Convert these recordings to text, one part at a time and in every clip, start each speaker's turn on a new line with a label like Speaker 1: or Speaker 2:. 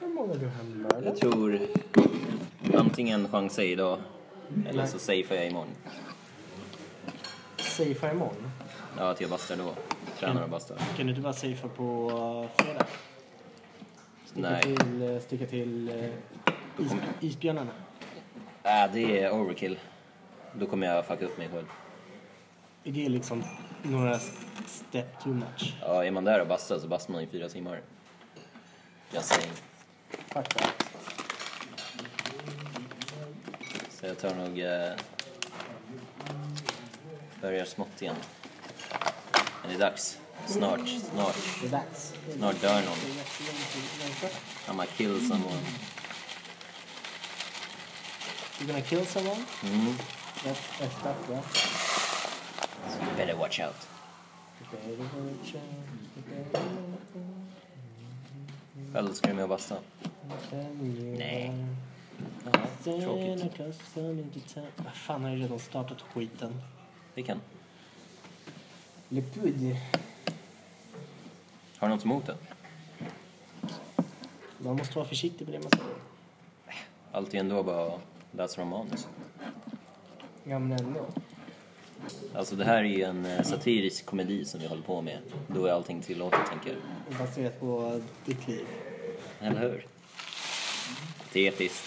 Speaker 1: Hur många du hemlar?
Speaker 2: Jag tror antingen chansar jag idag eller så safear jag imorgon.
Speaker 1: Safea imorgon.
Speaker 2: Ja, att jag bastar då. Tränar och bastar.
Speaker 3: Kan du inte bara safea på eh, fredag? Sticka
Speaker 2: Nej.
Speaker 3: till, eh, sticka till eh, is, isbjörnarna.
Speaker 2: Äh, det är overkill. Då kommer jag fucka upp mig själv.
Speaker 3: Är Det är liksom några s- step too much.
Speaker 2: Ja, är man där och bastar så bastar man i fyra timmar. Just saying.
Speaker 3: Fakta.
Speaker 2: Så jag tar nog... Eh, börjar smått igen. Men det är dags. Snart, snart,
Speaker 3: Det är dags.
Speaker 2: snart dör någon. I'mma kill someone.
Speaker 3: You're gonna kill someone?
Speaker 2: Mm.
Speaker 3: That's effed up, yeah.
Speaker 2: So you better watch out. Själv ska du med och basta. Nej. Tråkigt.
Speaker 3: Tråkigt. Fan, har ju redan startat skiten.
Speaker 2: Vi kan.
Speaker 1: Le Pud.
Speaker 2: Har du något emot det?
Speaker 3: Man måste vara försiktig med det man säger.
Speaker 2: Allt är ändå bara att läsa om manus.
Speaker 1: Ja, men ändå.
Speaker 2: Alltså det här är ju en eh, satirisk komedi som vi håller på med. Då är allting tillåtet, tänker jag.
Speaker 3: Baserat på ditt liv.
Speaker 2: Eller hur? Tetiskt.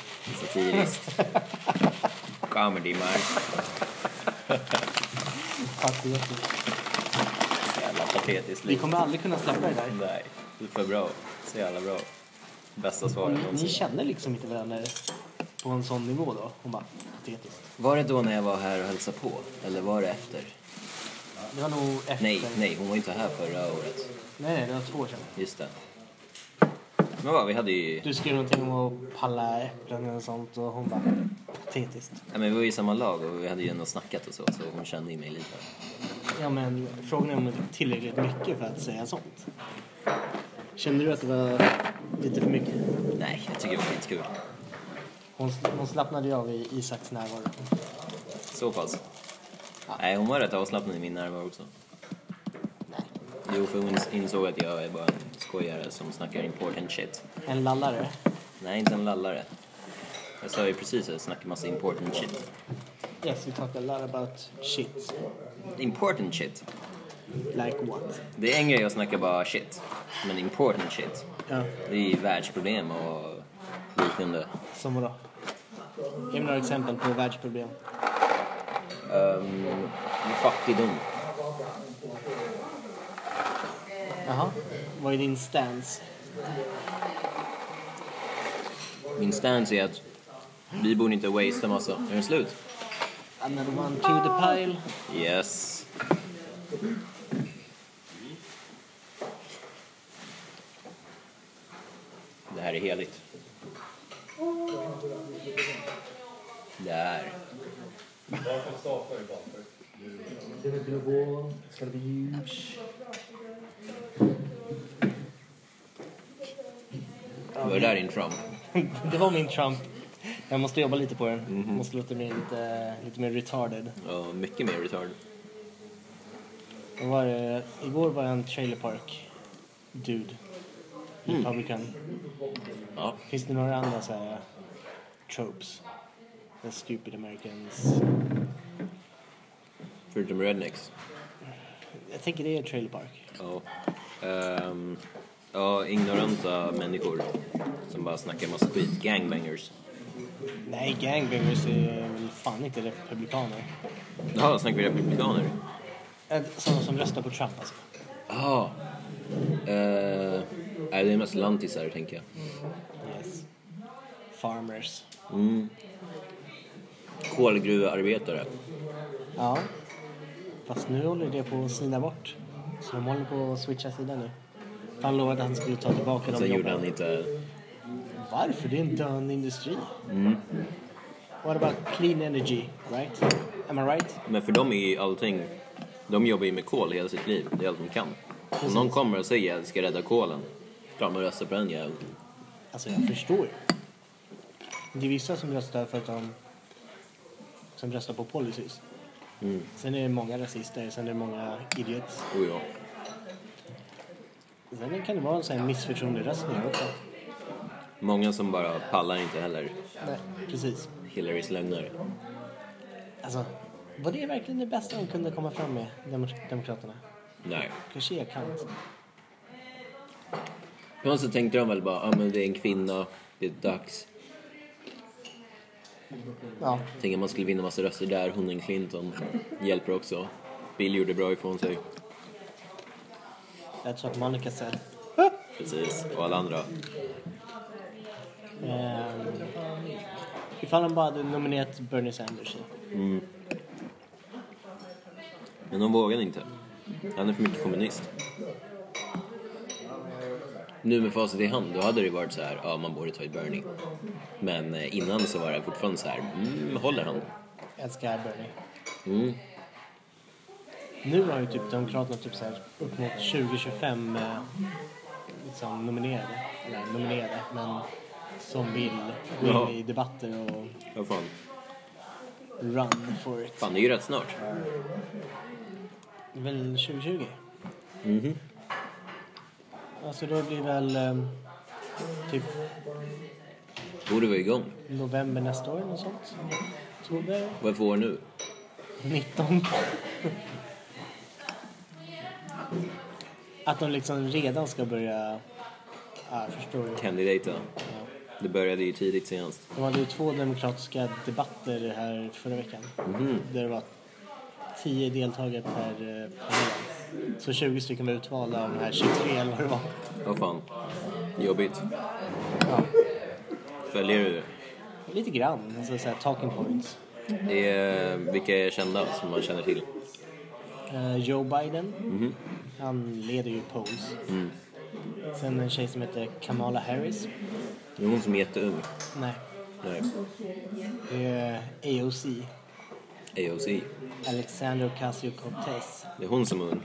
Speaker 2: Satiriskt. Comedy, man.
Speaker 3: Patriotiskt.
Speaker 2: Så jävla patetiskt
Speaker 3: Vi
Speaker 2: liv.
Speaker 3: kommer aldrig kunna släppa det där.
Speaker 2: Nej, det är för bra. Så jävla bra. Bästa svaret
Speaker 3: Ni
Speaker 2: någonsin.
Speaker 3: känner liksom inte varandra på en sån nivå då? Hon bara, patetiskt.
Speaker 2: Var det då när jag var här och hälsade på? Eller var det efter?
Speaker 3: Det var nog efter...
Speaker 2: Nej, nej, hon var ju inte här förra året.
Speaker 3: Nej, nej, det var två år sedan.
Speaker 2: Just det. Men vad, vi hade ju...
Speaker 3: Du skrev någonting om att palla äpplen eller sånt och hon bara, patetiskt.
Speaker 2: Ja, men vi var ju i samma lag och vi hade ju ändå snackat och så, så hon kände ju mig lite.
Speaker 3: Ja, men frågan är om det är tillräckligt mycket för att säga sånt. Kände du att det var lite för mycket?
Speaker 2: Nej, jag tycker det var skitkul.
Speaker 3: Hon, hon slappnade ju av i Isaks närvaro.
Speaker 2: Så pass. Nej, hon var rätt avslappnad i min närvaro också. Jo, för hon insåg att jag är bara en skojare som snackar important shit.
Speaker 3: En lallare.
Speaker 2: Nej, inte en lallare. Jag sa ju precis att jag snackar massa important shit.
Speaker 3: Yes, we talk a lot about shit.
Speaker 2: Important shit?
Speaker 3: Like what?
Speaker 2: Det är en grej att snacka bara shit. Men important shit,
Speaker 3: Ja,
Speaker 2: det är ju världsproblem och liknande.
Speaker 3: som vadå? Ge mig några exempel på världsproblem.
Speaker 2: Um, fattigdom.
Speaker 3: Jaha. Vad är din stance?
Speaker 2: Min stance är att vi borde inte wastea massa... Är den slut?
Speaker 3: Another one to the pile.
Speaker 2: Yes. Det här är heligt. Det här.
Speaker 1: Ska det bli ljus?
Speaker 2: Var det där din Trump?
Speaker 3: det var min Trump. Jag måste jobba lite på den. Måste låta mig lite, lite mer retarded.
Speaker 2: Ja, mycket mer retard.
Speaker 3: Vad var det? Igår var jag en trailer park dude. Republican.
Speaker 2: Ja.
Speaker 3: Finns det några andra så här tropes? The stupid Americans.
Speaker 2: Förutom rednecks.
Speaker 3: Jag tänker det är trailer park.
Speaker 2: Ja. Ehm, ja, ignoranta människor som bara snackar massa skit. Gangbangers.
Speaker 3: Nej, gangbangers är väl fan inte republikaner.
Speaker 2: Jaha, snackar vi republikaner?
Speaker 3: Äh, Sådana som röstar på Trump alltså.
Speaker 2: Ja. Eh, Nej, det är mest lantisar, tänker jag.
Speaker 3: Yes. Farmers.
Speaker 2: Mm. Kolgruvearbetare.
Speaker 3: Ja. Fast nu håller det på att snida bort. Så de håller på att switcha sida nu. Han lovade att han skulle ta tillbaka de
Speaker 2: Sen gjorde han
Speaker 3: jobben.
Speaker 2: inte...
Speaker 3: Varför? Det är en döende industri.
Speaker 2: Mm.
Speaker 3: What about clean energy, right? Am I right?
Speaker 2: Men för dem är ju allting... De jobbar ju med kol hela sitt liv. Det är allt de kan. Om någon kommer och säger att jag ska rädda kolen, klart man röstar på den jäveln.
Speaker 3: Alltså jag förstår ju. Det är vissa som röstar för att de som röstar på policies. Sen är det många rasister, sen är det många idiots.
Speaker 2: Oh, ja.
Speaker 3: Sen kan det vara en sån här missförtroenderöstning också.
Speaker 2: Många som bara pallar inte heller
Speaker 3: Nej, precis.
Speaker 2: Hillarys lögner.
Speaker 3: Alltså, var det verkligen det bästa de kunde komma fram med, Demok- Demokraterna?
Speaker 2: Nej.
Speaker 3: Kanske Kant.
Speaker 2: Men så tänkte de väl bara, ah, men det är en kvinna, det är dags.
Speaker 3: Ja,
Speaker 2: Tänk om man skulle vinna massa röster där, hon är en Clinton. Hjälper också. Bill gjorde bra ifrån sig.
Speaker 3: jag tror att Monica said.
Speaker 2: Precis. Och alla andra.
Speaker 3: Um, ifall de bara hade nominerat Bernie Sanders.
Speaker 2: Men de vågade inte. Han är för mycket kommunist. Nu med facit i hand, då hade det varit så här, ja man borde ta i Bernie. Men eh, innan så var det fortfarande så här, mm, håller han?
Speaker 3: Älskar Bernie.
Speaker 2: Mm.
Speaker 3: Nu har ju typ Demokraterna typ så här upp mot 20-25 eh, liksom nominerade. Eller nominerade, men som vill gå in
Speaker 2: Ja.
Speaker 3: i debatter och
Speaker 2: Vad fan.
Speaker 3: run for it.
Speaker 2: Fan, det är ju rätt snart.
Speaker 3: Det är väl 2020? Mhm. Alltså då blir väl eh, typ
Speaker 2: Borde vara igång.
Speaker 3: november nästa år eller något sånt. Oktober
Speaker 2: Vad är för år nu?
Speaker 3: 19. Att de liksom redan ska börja... Ja, jag förstår ju.
Speaker 2: Candidata.
Speaker 3: Ja.
Speaker 2: Det började ju tidigt senast.
Speaker 3: De hade ju två demokratiska debatter här förra veckan. Där det var 10 deltagare per eh, panel. Så 20 stycken var utvalda av de här 23 eller vad det var.
Speaker 2: Vad fan. Jobbigt.
Speaker 3: Ja.
Speaker 2: Följer du det?
Speaker 3: Lite grann, alltså så här talking points.
Speaker 2: det? Är, eh, vilka är kända som man känner till?
Speaker 3: Eh, Joe Biden, han leder ju polls. Sen en tjej som heter Kamala Harris.
Speaker 2: Det är hon som är jätteung.
Speaker 3: Nej,
Speaker 2: Nej.
Speaker 3: det är AOC.
Speaker 2: AOC.
Speaker 3: Alexandra Ocasio-Cortez.
Speaker 2: Det är hon som är ung.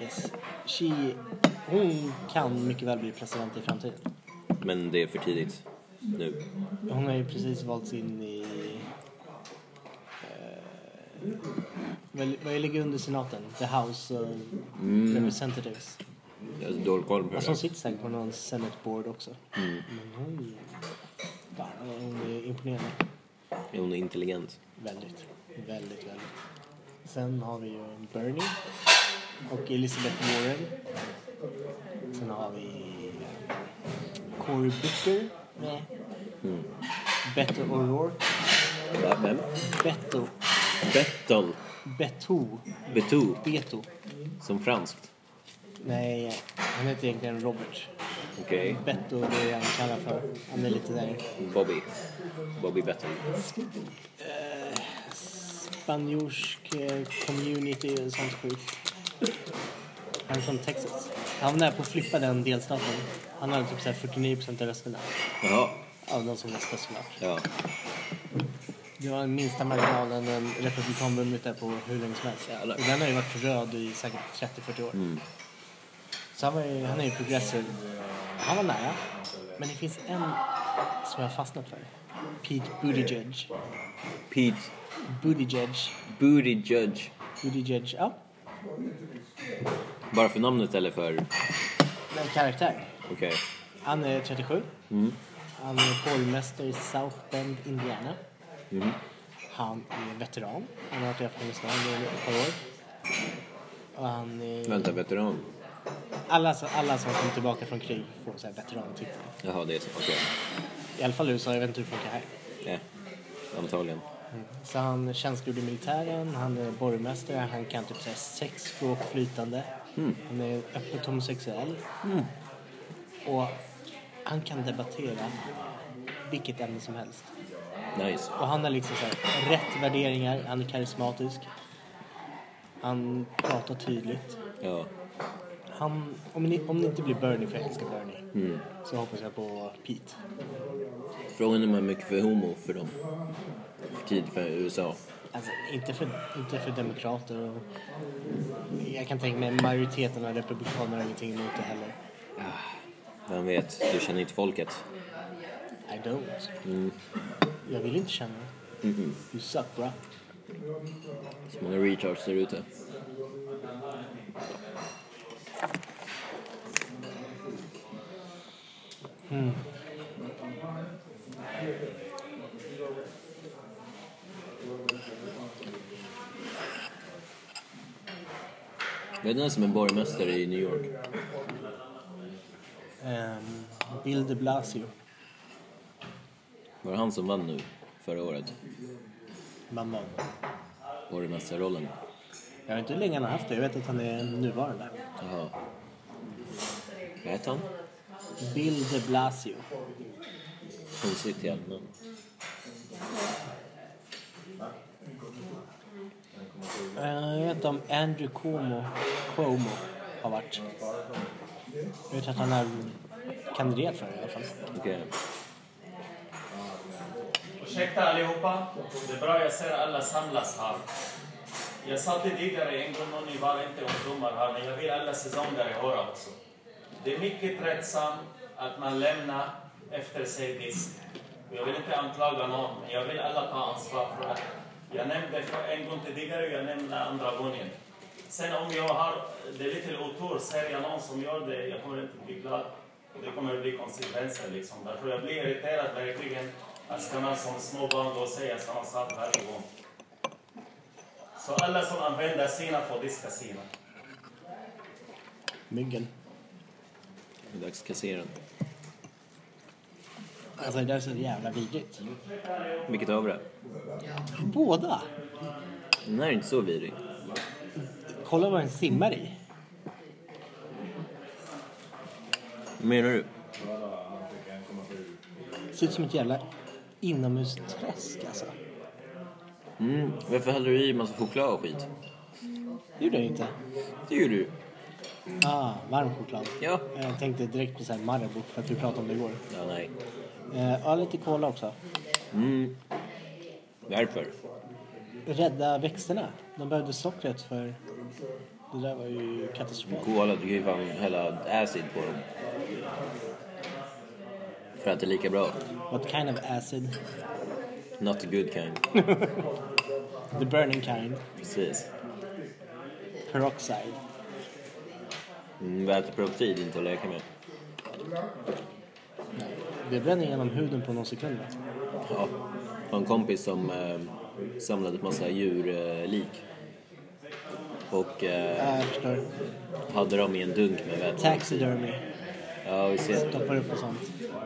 Speaker 3: Yes. She, hon kan mycket väl bli president i framtiden.
Speaker 2: Men det är för tidigt. Nu.
Speaker 3: Hon har ju precis valts in i... eh, Vad vad ligger under senaten? The House of Representatives.
Speaker 2: Jag har så dålig koll på det.
Speaker 3: Alltså hon
Speaker 2: där.
Speaker 3: sitter säkert på någon Senate Board också. Men hon... Fan, hon är imponerande.
Speaker 2: Är hon intelligent?
Speaker 3: Väldigt, väldigt, väldigt. Sen har vi ju Bernie och Elizabeth Warren. Sen har vi eh, Cory Booker. Nej. Beto O'Rourke.
Speaker 2: Va, Vem?
Speaker 3: Beto.
Speaker 2: Betton.
Speaker 3: Beto.
Speaker 2: Beto.
Speaker 3: Beto.
Speaker 2: Som franskt.
Speaker 3: Nej, han heter egentligen Robert.
Speaker 2: Okej.
Speaker 3: Beto är det han kallar för. Han är lite där
Speaker 2: Bobby. Bobby Betton.
Speaker 3: spanjorsk eh, community och sånt skit. Han är från Texas. Han var nära på att flippa den delstaten. Han hade typ så här 49 procent av rösterna.
Speaker 2: Jaha.
Speaker 3: Av de som röstade såklart.
Speaker 2: Ja.
Speaker 3: Det var den minsta marginalen en republikan vunnit där på hur länge som helst.
Speaker 2: Jävlar.
Speaker 3: Och den har ju varit röd i säkert 30-40 år. Så han, var ju, han är ju progressiv. Han var nära. Men det finns en som jag har fastnat för. Pete Buttigieg.
Speaker 2: Pete
Speaker 3: Buttigieg.
Speaker 2: Booty Judge.
Speaker 3: Buttigieg. Ja,
Speaker 2: Bara för namnet eller för...
Speaker 3: det är en karaktär.
Speaker 2: Okej.
Speaker 3: Han är 37. Han är borgmästare i South Bend, Indiana. Han är veteran. Han har varit i Afghanistan i ett par år. Och han är...
Speaker 2: Vänta, veteran.
Speaker 3: Alla, alla som kommer tillbaka från krig får så här veterantitel.
Speaker 2: Jaha, det är så. Okej.
Speaker 3: I alla fall i USA, jag vet inte hur det funkar här.
Speaker 2: Ja. Antagligen.
Speaker 3: Så han tjänstgjorde i militären, han är borgmästare, han kan typ säga sex språk flytande. Han är öppet homosexuell. Och han kan debattera vilket ämne som helst.
Speaker 2: Nice.
Speaker 3: Och han har liksom så här, rätt värderingar, han är karismatisk. Han pratar tydligt.
Speaker 2: Ja.
Speaker 3: Han, om, ni, om ni inte blir Bernie, för jag älskar Bernie, så hoppas jag på Pete.
Speaker 2: Frågan är om hur mycket för homo för dem. För tid för USA.
Speaker 3: Alltså, inte för, inte för demokrater och... Jag kan tänka mig majoriteten av republikaner har ingenting emot det heller.
Speaker 2: Vem vet, du känner inte folket.
Speaker 3: I don't. Jag vill inte känna det. You suck, bra.
Speaker 2: Så många retards där ute. Vet du någon som är borgmästare i New York?
Speaker 3: Ehm, Bill de Blasio
Speaker 2: Var det han som vann nu, förra året?
Speaker 3: vann vad?
Speaker 2: Borgmästarrollen?
Speaker 3: Jag vet inte hur länge han har haft det. Jag vet att han är nuvarande.
Speaker 2: Jaha. Vad hette han?
Speaker 3: Bill de Blasio.
Speaker 2: Konstigt jävla namn.
Speaker 3: Eh, Jag vet om Andrew Cuomo, Cuomo har varit. Jag vet att han har kandiderat för det i alla fall.
Speaker 2: Okej.
Speaker 4: Ursäkta allihopa. Det är bra, jag ser alla samlas här. Jag sa till tidigare en gång, om ni var inte ungdomar här, men jag vill alla säsonger i år också. Det är mycket tröttsamt att man lämnar efter sig disk. Och Jag vill inte anklaga någon, men jag vill alla ta ansvar för det. Jag nämnde för- en gång tidigare och jag nämnde andra gången. Sen om jag har det är lite otur, ser jag någon som gör det, jag kommer inte bli glad. Och det kommer bli konsekvenser liksom. Därför jag blir irriterad verkligen att ska man som små barn gå och säga samma sak varje gång. Så alla som använder sina får diska sina.
Speaker 3: Myggen.
Speaker 2: Det är dags att kassera den.
Speaker 3: Alltså det där är så jävla vidrigt.
Speaker 2: Vilket av det?
Speaker 3: Båda!
Speaker 2: Den här är inte så vidrig.
Speaker 3: Kolla vad den simmar i.
Speaker 2: Menar du?
Speaker 3: Ser ut som ett jävla inomhusträsk alltså.
Speaker 2: Mm. Varför häller du i massa choklad och skit?
Speaker 3: Det gjorde jag ju inte.
Speaker 2: Det gjorde du.
Speaker 3: Ah, varm choklad.
Speaker 2: Ja.
Speaker 3: Jag tänkte direkt på så här Marabou för att vi pratade om det igår.
Speaker 2: Ja, nej.
Speaker 3: Eh, Ja, lite cola också.
Speaker 2: Mm. Därför.
Speaker 3: Rädda växterna. De behövde sockret för... Det där var ju katastrofalt.
Speaker 2: Cola, du kan ju fan hälla acid på dem. För att det är lika bra.
Speaker 3: What kind of acid?
Speaker 2: Not the good kind.
Speaker 3: The burning kind.
Speaker 2: Precis.
Speaker 3: Peroxide.
Speaker 2: Mm, Väteproptid, inte att leka med.
Speaker 3: Det bränner igenom huden på några sekunder.
Speaker 2: Ja, jag har en kompis som eh, samlade ett massa djurlik. Eh, lik. och eh,
Speaker 3: Ja, jag förstår.
Speaker 2: hade dem i en dunk med väteproptid.
Speaker 3: Taxidermy.
Speaker 2: Ja, vi ser.
Speaker 3: Stoppar upp och sånt.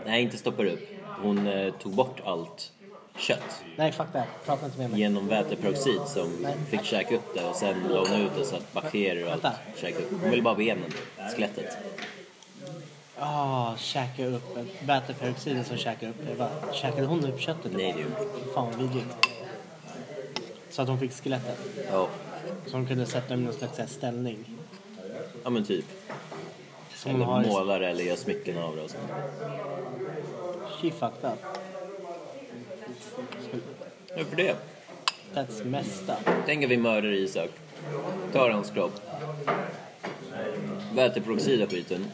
Speaker 2: Nej, inte stoppar upp. Hon eh, tog bort allt kött
Speaker 3: Nej, fuck det. Prata inte med mig.
Speaker 2: genom väteperoxid som fick käka upp det och sen la hon ut det så att bakterier och allt
Speaker 3: Vänta.
Speaker 2: käkade upp. Hon ville bara benen, skelettet.
Speaker 3: Ah, käka upp. Väteperoxiden som käkar upp. Jag bara, käkade hon upp köttet?
Speaker 2: Nej, det gjorde hon
Speaker 3: Fan vad vidrigt. Så att hon fick skelettet.
Speaker 2: inte. ja.
Speaker 3: Så hon kunde sätta dem i någon slags så här ställning.
Speaker 2: ja, men typ.
Speaker 3: Som hon
Speaker 2: Eller
Speaker 3: har i...
Speaker 2: målar eller gör smycken av det och sånt.
Speaker 3: She fucked up.
Speaker 2: Varför det?
Speaker 3: That's messed up.
Speaker 2: Tänk att vi mördar Isak. Tar hans kropp. Väteperoxidar skiten.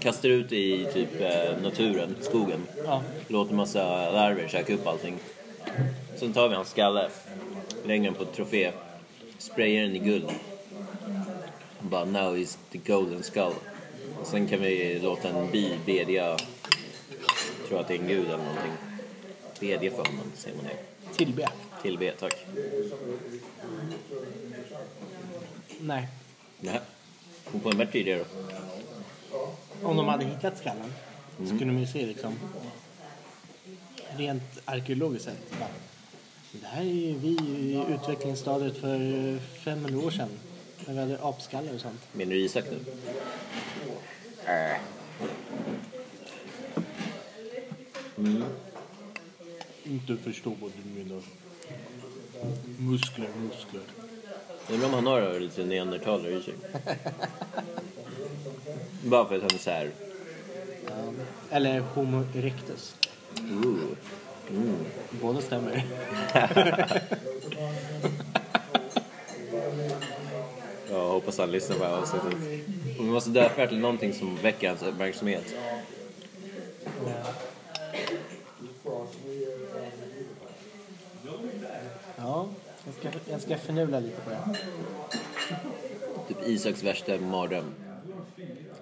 Speaker 2: Kastar ut det i typ eh, naturen, skogen.
Speaker 3: Ja.
Speaker 2: Låter massa larver käka upp allting. Sen tar vi hans skalle. Lägger den på ett trofé. Sprayar den i guld. Och Bara now is the golden skull. Och sen kan vi låta en bi bedja. Tror att det är en gud eller någonting. Bedja för honom, säger man det.
Speaker 3: Tillbe.
Speaker 2: Till B, tack.
Speaker 3: Nej.
Speaker 2: Nej. Hon på en bättre idé då.
Speaker 3: Om de hade hittat skallen så kunde man ju se liksom rent arkeologiskt sett. bara, Det här är ju vi i utvecklingsstadiet för 500 år sedan. När vi hade apskallar och sånt.
Speaker 2: Menar du Isak nu?
Speaker 3: Inte förstå vad du menar. Muskler, muskler.
Speaker 2: Undrar om han har lite neandertalare i sig. Bara för att han är såhär...
Speaker 3: Eller Homo erectus.
Speaker 2: Ooh.
Speaker 3: Båda stämmer.
Speaker 2: Jag hoppas han lyssnar på det här avsnittet. Och Vi måste döpa det till någonting som väcker hans uppmärksamhet.
Speaker 3: Ja, jag ska, jag ska förnula lite på det.
Speaker 2: Typ Isaks värsta mardröm.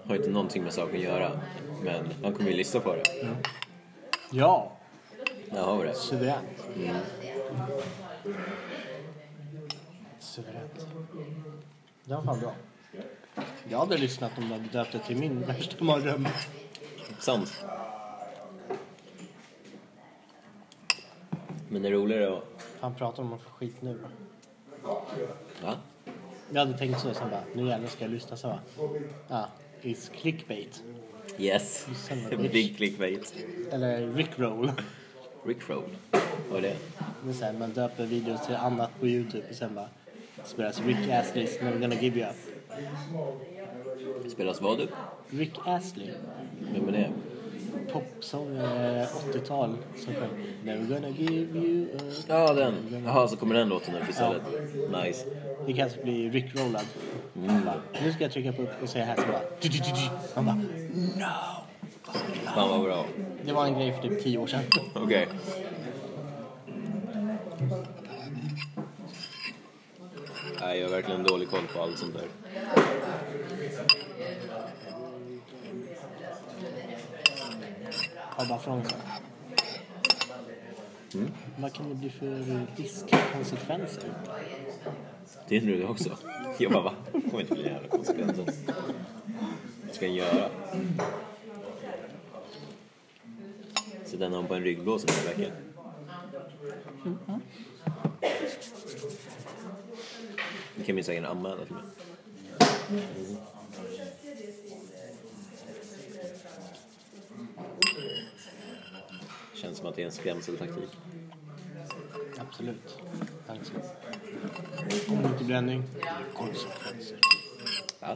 Speaker 2: Har inte någonting med saken att göra. Men han kommer ju lyssna på det.
Speaker 3: Ja,
Speaker 2: Där har vi det.
Speaker 3: suveränt. Suveränt. Det var fan bra. Jag hade lyssnat om du hade döpt det till min värsta mardröm.
Speaker 2: Sant. Men det är roligare att...
Speaker 3: Han pratar om att få skit nu.
Speaker 2: Va?
Speaker 3: Jag hade tänkt så, sen bara, nu jävlar ska jag lyssna, så bara, ah, it's clickbait.
Speaker 2: Yes.
Speaker 3: Sen bara,
Speaker 2: Big clickbait.
Speaker 3: Eller rickroll.
Speaker 2: Rickroll. Vad är det?
Speaker 3: Det är så här, man döper videos till annat på Youtube och sen bara, spelas Rick Astley, so never gonna give you up.
Speaker 2: Spelas vad upp?
Speaker 3: Rick Astley,
Speaker 2: Vem är det?
Speaker 3: popsångare, 80-tal, som sjöng Never gonna give you up.
Speaker 2: Ja, den. Jaha, så kommer den låten upp istället. Nice.
Speaker 3: Det kanske blir rickrollad. Mm. Bara, nu ska jag trycka på upp och säga här så bara, du, du, du, du. Han bara, no!
Speaker 2: Fan vad bra.
Speaker 3: Det var en grej för typ tio år sedan.
Speaker 2: Okej. Nej, jag har verkligen dålig koll på allt sånt där.
Speaker 3: Jag bara frågade. Vad kan det bli för riskkonsekvenser?
Speaker 2: Det undrar du också. Jag bara, va? Det kommer inte bli några jävla konsekvenser. Vad ska jag göra? Så den har hon på en ryggblås den här veckan. Det kan vi säkert anmäla till mig. Känns som att det är en skrämseltaktik.
Speaker 3: Absolut. Alltså. Om det inte blir ändring. Konsekvenser.
Speaker 2: Ja.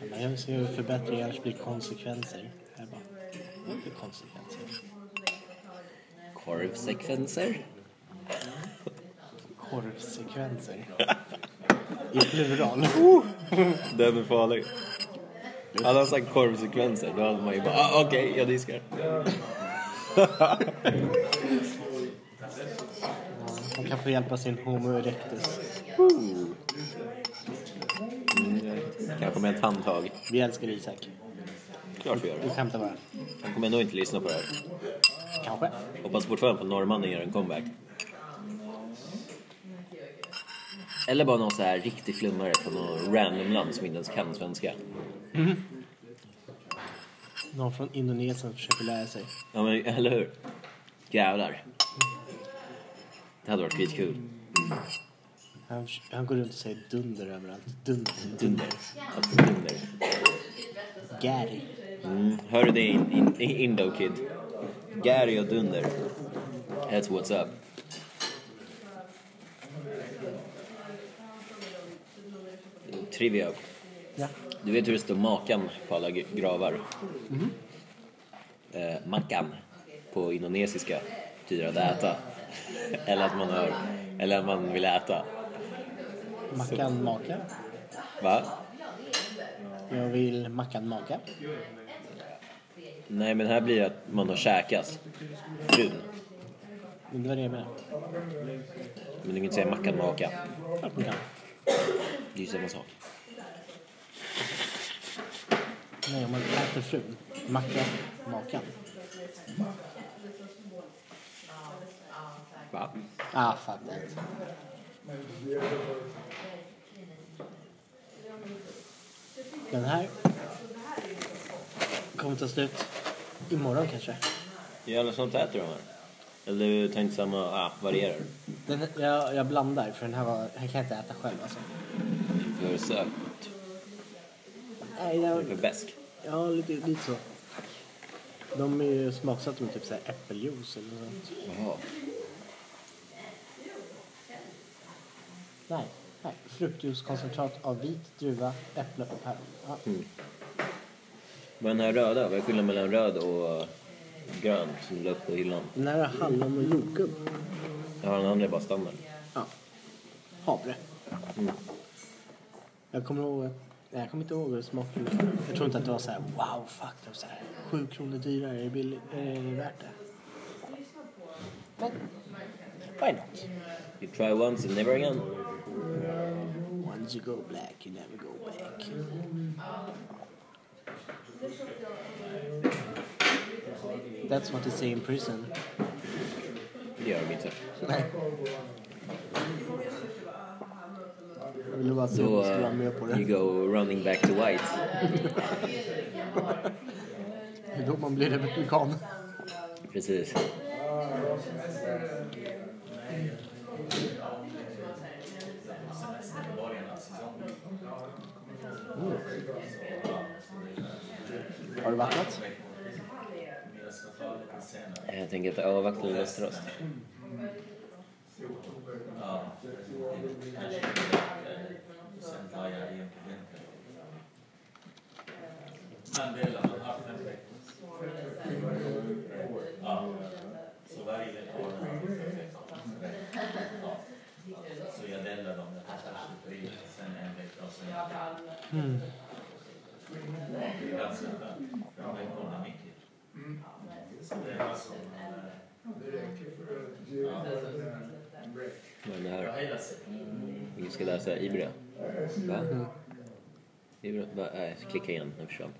Speaker 3: Han bara, Jag vill se hur förbättringar annars blir konsekvenser. Jag bara, vad för konsekvenser?
Speaker 2: Korvsekvenser?
Speaker 3: Korvsekvenser. I plural.
Speaker 2: Den är farlig. Hade han sagt korvsekvenser då hade man ju bara ah, okej, jag diskar.
Speaker 3: Han kan få hjälpa sin homo erectus.
Speaker 2: Kanske med ett handtag.
Speaker 3: Vi älskar Isak.
Speaker 2: Klart vi gör
Speaker 3: Vi
Speaker 2: det.
Speaker 3: skämtar bara.
Speaker 2: Han kommer ändå inte lyssna på det här.
Speaker 3: Kanske.
Speaker 2: Hoppas fortfarande på att norrmannen gör en comeback. Eller bara någon så här riktig flummare från någon random land som inte ens kan svenska.
Speaker 3: Någon från Indonesien försöker lära sig.
Speaker 2: Ja men eller hur? Jävlar. Det hade varit skitkul.
Speaker 3: Han, han går runt och säger dunder överallt. Dunder, dunder.
Speaker 2: Dunder. Alltså dunder.
Speaker 3: Gary.
Speaker 2: Mm. Hör du det in, in, in- Indo Kid? Gary och Dunder. That's what's up. Trivia.
Speaker 3: Ja.
Speaker 2: Du vet hur det står makan på alla g- gravar? Eh, makan på indonesiska betyder att äta. eller att man hör, eller att man vill äta.
Speaker 3: Mackan Maka.
Speaker 2: Va?
Speaker 3: Jag vill Mackan Maka.
Speaker 2: Nej men här blir det att man har käkas. Frun.
Speaker 3: Men det var det jag menade.
Speaker 2: Men du kan inte säga mackan maka.
Speaker 3: Klart man kan.
Speaker 2: Det är ju samma sak.
Speaker 3: Nej, om man äter frun. Mackan Makan.
Speaker 2: Va?
Speaker 3: Ah, fattar inte. Den här kommer ta slut imorgon kanske.
Speaker 2: Det är alla som inte äter de här. Eller du tar inte samma, ah, varierar.
Speaker 3: Den, jag, jag blandar för den här, var, den här kan jag inte äta själv alltså.
Speaker 2: För sök,
Speaker 3: Nej, jag,
Speaker 2: för bäsk.
Speaker 3: Ja, lite, lite så. De är ju smaksatta med typ så här äppeljuice eller något sånt.
Speaker 2: Jaha.
Speaker 3: Nej, nej. Fruktjuicekoncentrat av vit druva, äpple och päron. Ja.
Speaker 2: Men den här röda, vad är skillnaden mellan röd och eh, grön som du la upp på hyllan?
Speaker 3: Den här är hallon och jordgubb.
Speaker 2: Ja, den andra är bara standard.
Speaker 3: Ja. Havre. Jag kommer ihåg... Nej, jag kommer inte ihåg hur smaken var. Jag tror inte att det var så här, wow, fuck, det var så här, sju kronor dyrare, är det, billigt, är det värt det? Men, why not?
Speaker 2: You try once and never again.
Speaker 3: Once you go black, you never go back. That's what they say in prison.
Speaker 2: Det gör de inte.
Speaker 3: Nej. Jag ville bara se om
Speaker 2: Då
Speaker 3: du skulle vara med på
Speaker 2: eh, you
Speaker 3: det.
Speaker 2: go running back to white.
Speaker 3: Det är då man blir republikan.
Speaker 2: Precis.
Speaker 3: Har du vattnat?
Speaker 2: Jag tänker att avvakta till Västerås.
Speaker 4: Mandela, man har haft en vecka. Ja. Så varje år har jag haft en vecka. Ja. Så jag delar dem den första 23, sen en vecka och sen en vecka.
Speaker 3: Mm.
Speaker 4: Det är ganska skönt. De veckorna mycket. Så det var som... eh,
Speaker 2: Men det
Speaker 4: Jag har
Speaker 2: här,
Speaker 4: hela sitt
Speaker 2: vi ska läsa Ibra. Va? Ibra? Va? Nej, klicka igen. Den försvann.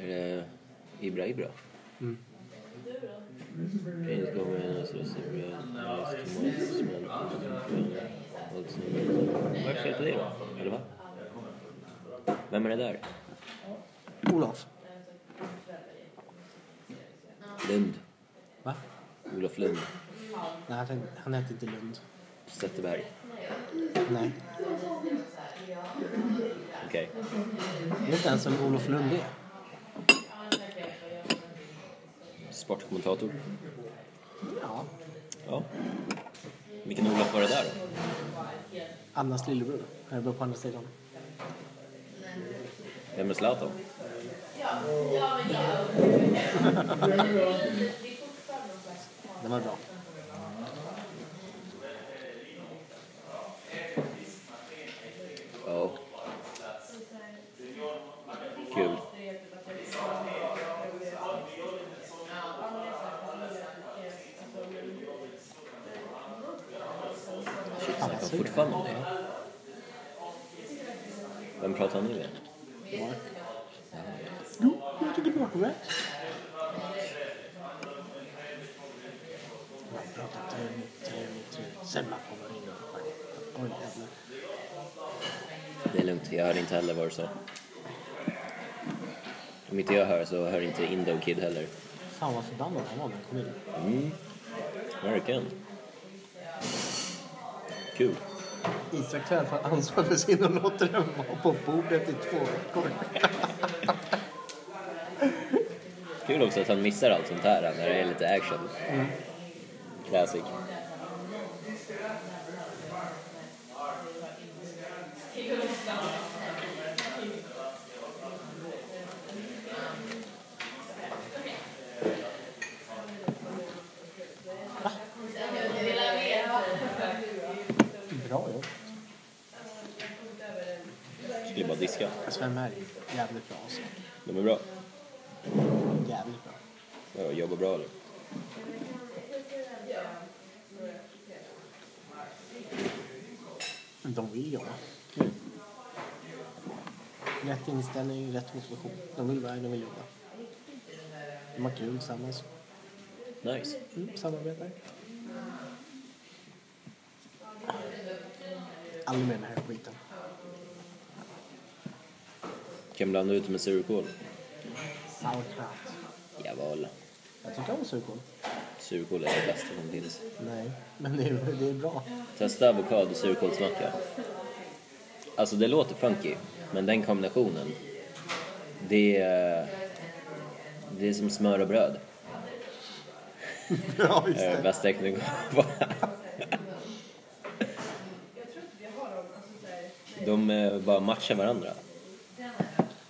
Speaker 2: Är det Ibra Ibra? Mm. Varför heter det då? Eller va? Vem är det där?
Speaker 3: Olof.
Speaker 2: Lund.
Speaker 3: Va?
Speaker 2: Olof Lund.
Speaker 3: Nej, han, tänkte- han hette inte Lund.
Speaker 2: Zetterberg.
Speaker 3: Nej.
Speaker 2: Okej.
Speaker 3: Jag vet inte ens vem Olof Lund är.
Speaker 2: Sportkommentator.
Speaker 3: Ja.
Speaker 2: Ja. Vilken Olof var det där då?
Speaker 3: Annas lillebror. Han bor på andra sidan.
Speaker 2: Vem är Zlatan?
Speaker 3: Den var bra.
Speaker 2: Ja. Kul. Shit, snackar han fortfarande om det? Vem pratar han nu med?
Speaker 3: Jo, jag tycker du var korrekt. Man pratar trevligt, trevligt, trevligt. Sen man kommer in och bara... Oj, jävlar.
Speaker 2: Det är lugnt, jag hör inte heller vad du sa. Om inte jag hör så hör inte Indo Kid heller.
Speaker 3: Fan vad förbannad han var när han kom in.
Speaker 2: Mm. Verkligen. Kul.
Speaker 3: Isak Träd får ansvar för sin och låter den vara på bordet i två veckor.
Speaker 2: Kul också att han missar allt sånt här när det är lite action. Classic.
Speaker 3: Bra jobb.
Speaker 2: Skulle bara diska.
Speaker 3: Sven Berg, jävligt bra alltså.
Speaker 2: De är bra.
Speaker 3: Jävligt bra.
Speaker 2: Ja, jobbar bra eller?
Speaker 3: De vill jobba. Rätt inställning, rätt motivation. De vill vara här, de vill jobba. De har kul tillsammans.
Speaker 2: Nice.
Speaker 3: Mm, samarbetar. Aldrig mer den här skiten.
Speaker 2: Kan blanda ut med surkål.
Speaker 3: Sauerkraut.
Speaker 2: Jawohl.
Speaker 3: Jag tycker om surkål.
Speaker 2: Surkål är det bästa som finns.
Speaker 3: Nej, men det är, det är bra.
Speaker 2: Testa avokado och surkålsmacka. Alltså det låter funky, men den kombinationen. Det är, det är som smör och bröd.
Speaker 3: Bra
Speaker 2: Det är det bästa jag kunde gå på. De eh, bara matchar varandra.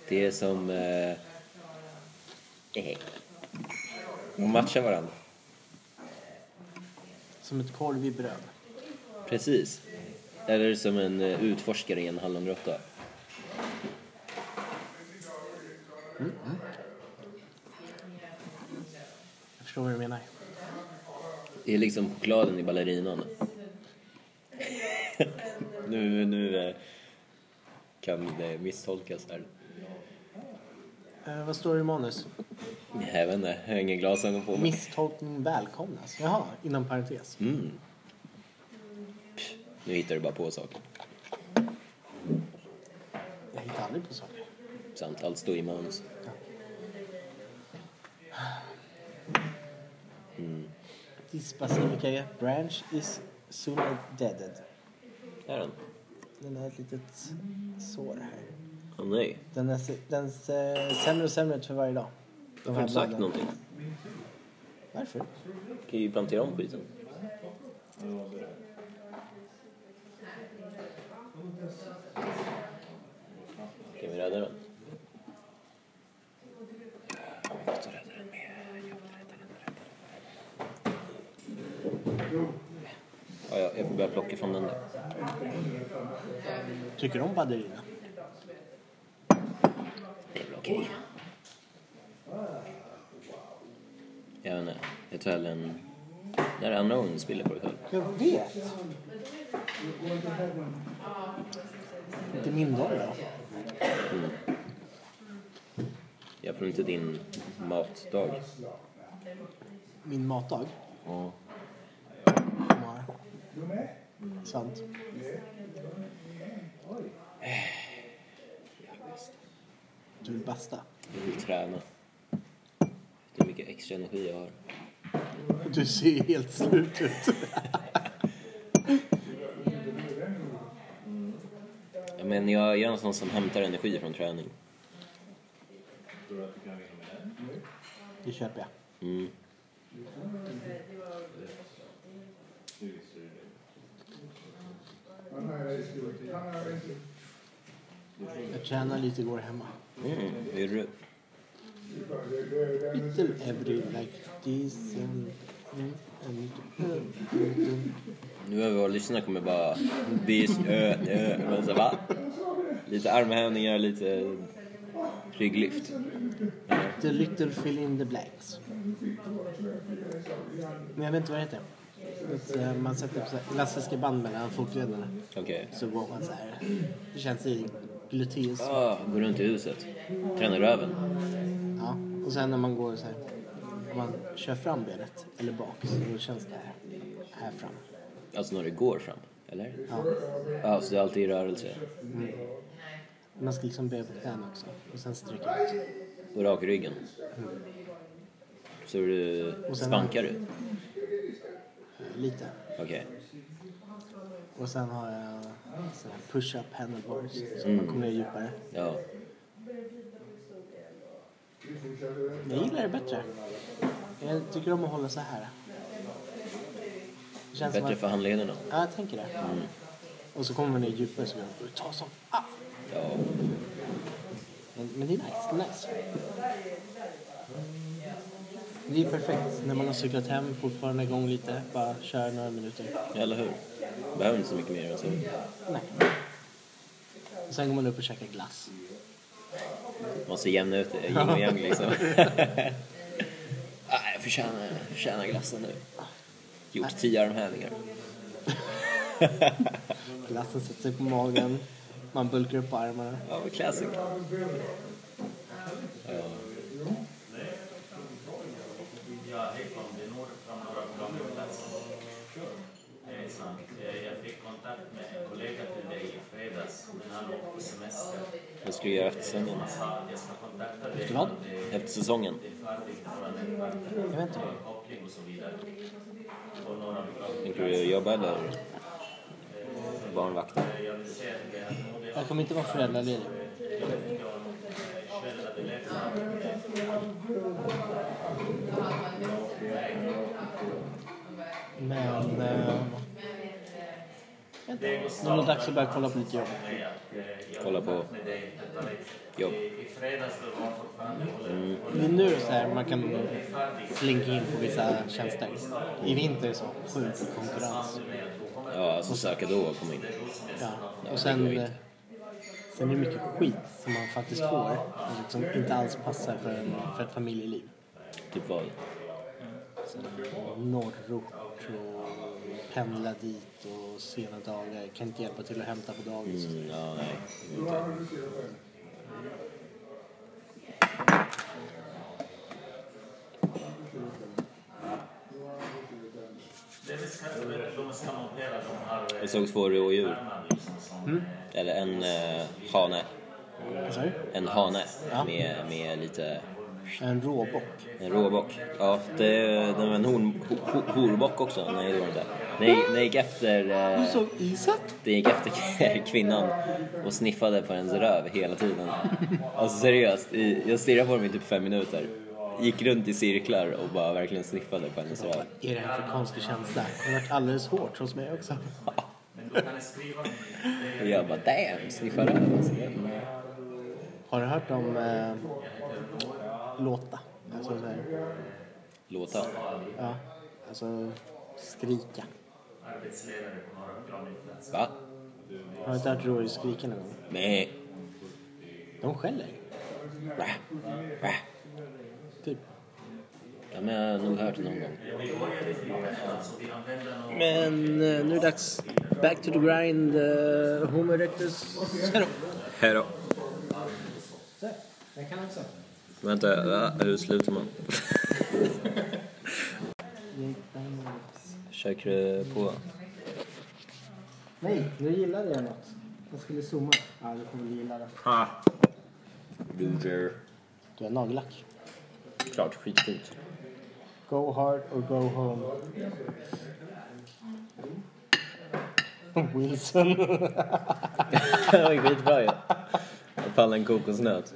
Speaker 2: Det är som... Eh, eh. de matchar varandra.
Speaker 3: Som ett korv i bröd.
Speaker 2: Precis. Eller som en eh, utforskare i en hallongrotta.
Speaker 3: Jag förstår vad du menar.
Speaker 2: Det är liksom chokladen i ballerinan. nu nu eh, kan det misstolkas här.
Speaker 3: Eh, vad står det i manus?
Speaker 2: Jag vet inte, jag har ingen glasögon på mig.
Speaker 3: Misstolkning välkomnas. Jaha, inom parentes.
Speaker 2: Mm. Nu hittar du bara på saker.
Speaker 3: Jag hittar aldrig på saker.
Speaker 2: Sant, allt står i manus.
Speaker 3: This Basilica branch is sooner deaded.
Speaker 2: Där är den.
Speaker 3: Den har ett litet sår här.
Speaker 2: Åh nej.
Speaker 3: Den, är, se- den ser sämre och sämre ut för varje dag.
Speaker 2: Jag har inte sagt
Speaker 3: bladen.
Speaker 2: någonting.
Speaker 3: Varför?
Speaker 2: Jag kan ju plantera om skiten. Kan vi rädda den? Jag måste rädda den mer. Jag måste rädda den, rädda den. Ja, ja, jag får börja plocka från den där.
Speaker 3: Tycker du om ballerina?
Speaker 2: Det är väl okej. Jag vet inte. Jag tar hellre en... Där är andra gången du spiller på dig själv.
Speaker 3: Jag vet! Inte min dag då.
Speaker 2: Jag får inte din matdag.
Speaker 3: Min matdag.
Speaker 2: Ja.
Speaker 3: Kommer. Sant. Eh, Du vill basta.
Speaker 2: Jag vill träna. Det är mycket extra energi jag har.
Speaker 3: Du ser ju helt slut ut.
Speaker 2: Ja, men jag jag är en sån som hämtar energi från träning.
Speaker 3: Det köper jag.
Speaker 2: Mm.
Speaker 3: Jag tränade lite igår hemma.
Speaker 2: Mm. Hur är du?
Speaker 3: Little every like this and... Mm, and, mm, mm.
Speaker 2: Nu är vi och lyssnar kommer bara... Bis, ö, ö. Men så, va? Lite armhävningar, lite rygglyft.
Speaker 3: The little fill in the blanks. Men jag vet inte vad det heter. Att, eh, man sätter på så här elastiska band mellan fotlederna.
Speaker 2: Okej.
Speaker 3: Så går man så här. Det känns i gluteus.
Speaker 2: Ah, gå runt i huset. Träna röven.
Speaker 3: Ja. Och sen när man går så här. Om man kör fram benet eller bak så känns det här, här fram.
Speaker 2: Alltså när du går fram, eller?
Speaker 3: Ja.
Speaker 2: Ja, så du är alltid i rörelse.
Speaker 3: Man ska liksom böja på knäna också. Och sen sträcka ut.
Speaker 2: Och rak i ryggen. Så du
Speaker 3: Och sen-
Speaker 2: spankar du?
Speaker 3: eh, Lite.
Speaker 2: Okej.
Speaker 3: Och sen har jag så här push-up handlebars. Så man kommer ner djupare.
Speaker 2: Ja.
Speaker 3: Jag gillar det bättre. Jag tycker om att hålla så här. Det känns som
Speaker 2: Bättre
Speaker 3: att,
Speaker 2: för handlederna.
Speaker 3: ja, jag tänker det. Och så kommer man ner djupare så går det ta som ah!
Speaker 2: Ja.
Speaker 3: men, men det är nice. det är nice. Det är perfekt när man har cyklat hem, fortfarande igång lite. Bara kör några minuter.
Speaker 2: Eller hur? Behöver inte så mycket mer än så.
Speaker 3: Nej. Och sen går man upp och käkar glass.
Speaker 2: Man ser jämn ut, eh, yin och yang liksom. ah, jag förtjänar, jag förtjänar glassen nu. Gjort tio armhävningar.
Speaker 3: Glassen sätter sig på magen. Man bulkar upp armarna.
Speaker 2: Ja, vad classic.
Speaker 4: Jag fick om det når fram några programplatser. Det är sant. Eh, Jag fick kontakt med en kollega till dig i fredags, men han åkte på semester.
Speaker 2: Vad ska du göra efter säsongen?
Speaker 4: Han sa att jag ska kontakta dig
Speaker 3: Vad?
Speaker 4: om det
Speaker 2: Efter säsongen?
Speaker 4: det är färdigt från en kvartal.
Speaker 3: Jag vet inte.
Speaker 4: koppling och så vidare. På några program.
Speaker 2: Tänker du jobba eller barnvakta?
Speaker 4: Jag vill säga att det här modet
Speaker 3: Jag kommer inte vara föräldraledig. Men... Eh,
Speaker 4: Det är
Speaker 3: nu är det
Speaker 4: Gustav.
Speaker 3: dags att börja kolla på mitt jobb.
Speaker 4: Nej, att, eh, jag
Speaker 2: Kolla på
Speaker 4: med dig.
Speaker 2: jobb.
Speaker 4: I fredags då var fortfarande håller
Speaker 3: Det är nu så här man kan slinka in på vissa tjänster. I vinter är så sjuk konkurrens.
Speaker 2: Ja, alltså söka då och komma in.
Speaker 3: Ja. Och sen, eh, sen är det mycket skit som man faktiskt får och liksom inte alls passar för, en, för ett familjeliv.
Speaker 2: Typ vad?
Speaker 3: Så här, Norrort och pendla dit och sena dagar. Kan inte hjälpa till att hämta på dagis.
Speaker 2: Mm, ja, nej. det går inte. Jag såg två rådjur. Eller en eh, hane.
Speaker 3: Vad sa du?
Speaker 2: En hane
Speaker 3: Ja.
Speaker 2: med, med lite
Speaker 3: En råbock.
Speaker 2: en råbock. Ja, det, det var en horn, ho, ho, horbock också. Nej, det var det inte. Den, den gick efter... Eh,
Speaker 3: såg Isak?
Speaker 2: Den gick efter kvinnan och sniffade på hennes röv hela tiden. Alltså seriöst, i- jag stirrade på dem i typ fem minuter. Gick runt i cirklar och bara verkligen sniffade på hennes röv.
Speaker 3: Är det här för konstig känsla? Det har varit alldeles hårt hos mig också.
Speaker 2: Och jag bara damn, sniffa röv alltså.
Speaker 3: Har du hört om eh, låta? Alltså, så här,
Speaker 2: Låta.
Speaker 3: ja, alltså skrika.
Speaker 2: Va?
Speaker 3: Har du inte hört rådjur skrika någon gång?
Speaker 2: Nej.
Speaker 3: De skäller.
Speaker 2: Va? Va?
Speaker 3: Typ.
Speaker 2: Ja, men jag har nog hört det någon gång. Men
Speaker 3: eh,
Speaker 2: nu är det dags.
Speaker 3: Back to the grind, uh, Homo erectus. Hej då.
Speaker 2: Hej då.
Speaker 1: Jag kan också.
Speaker 2: Vänta, uh, va? hur slutar man? Försöker du på?
Speaker 1: Nej, nu gillade jag något. Jag skulle zooma. Ja, du kommer gilla det.
Speaker 2: Ha! Loser.
Speaker 3: Du har nagellack.
Speaker 2: Klart, skitfint.
Speaker 3: Go hard or go home. Wilson.
Speaker 2: det var ju skitbra ju. Jag pallade en kokosnöt.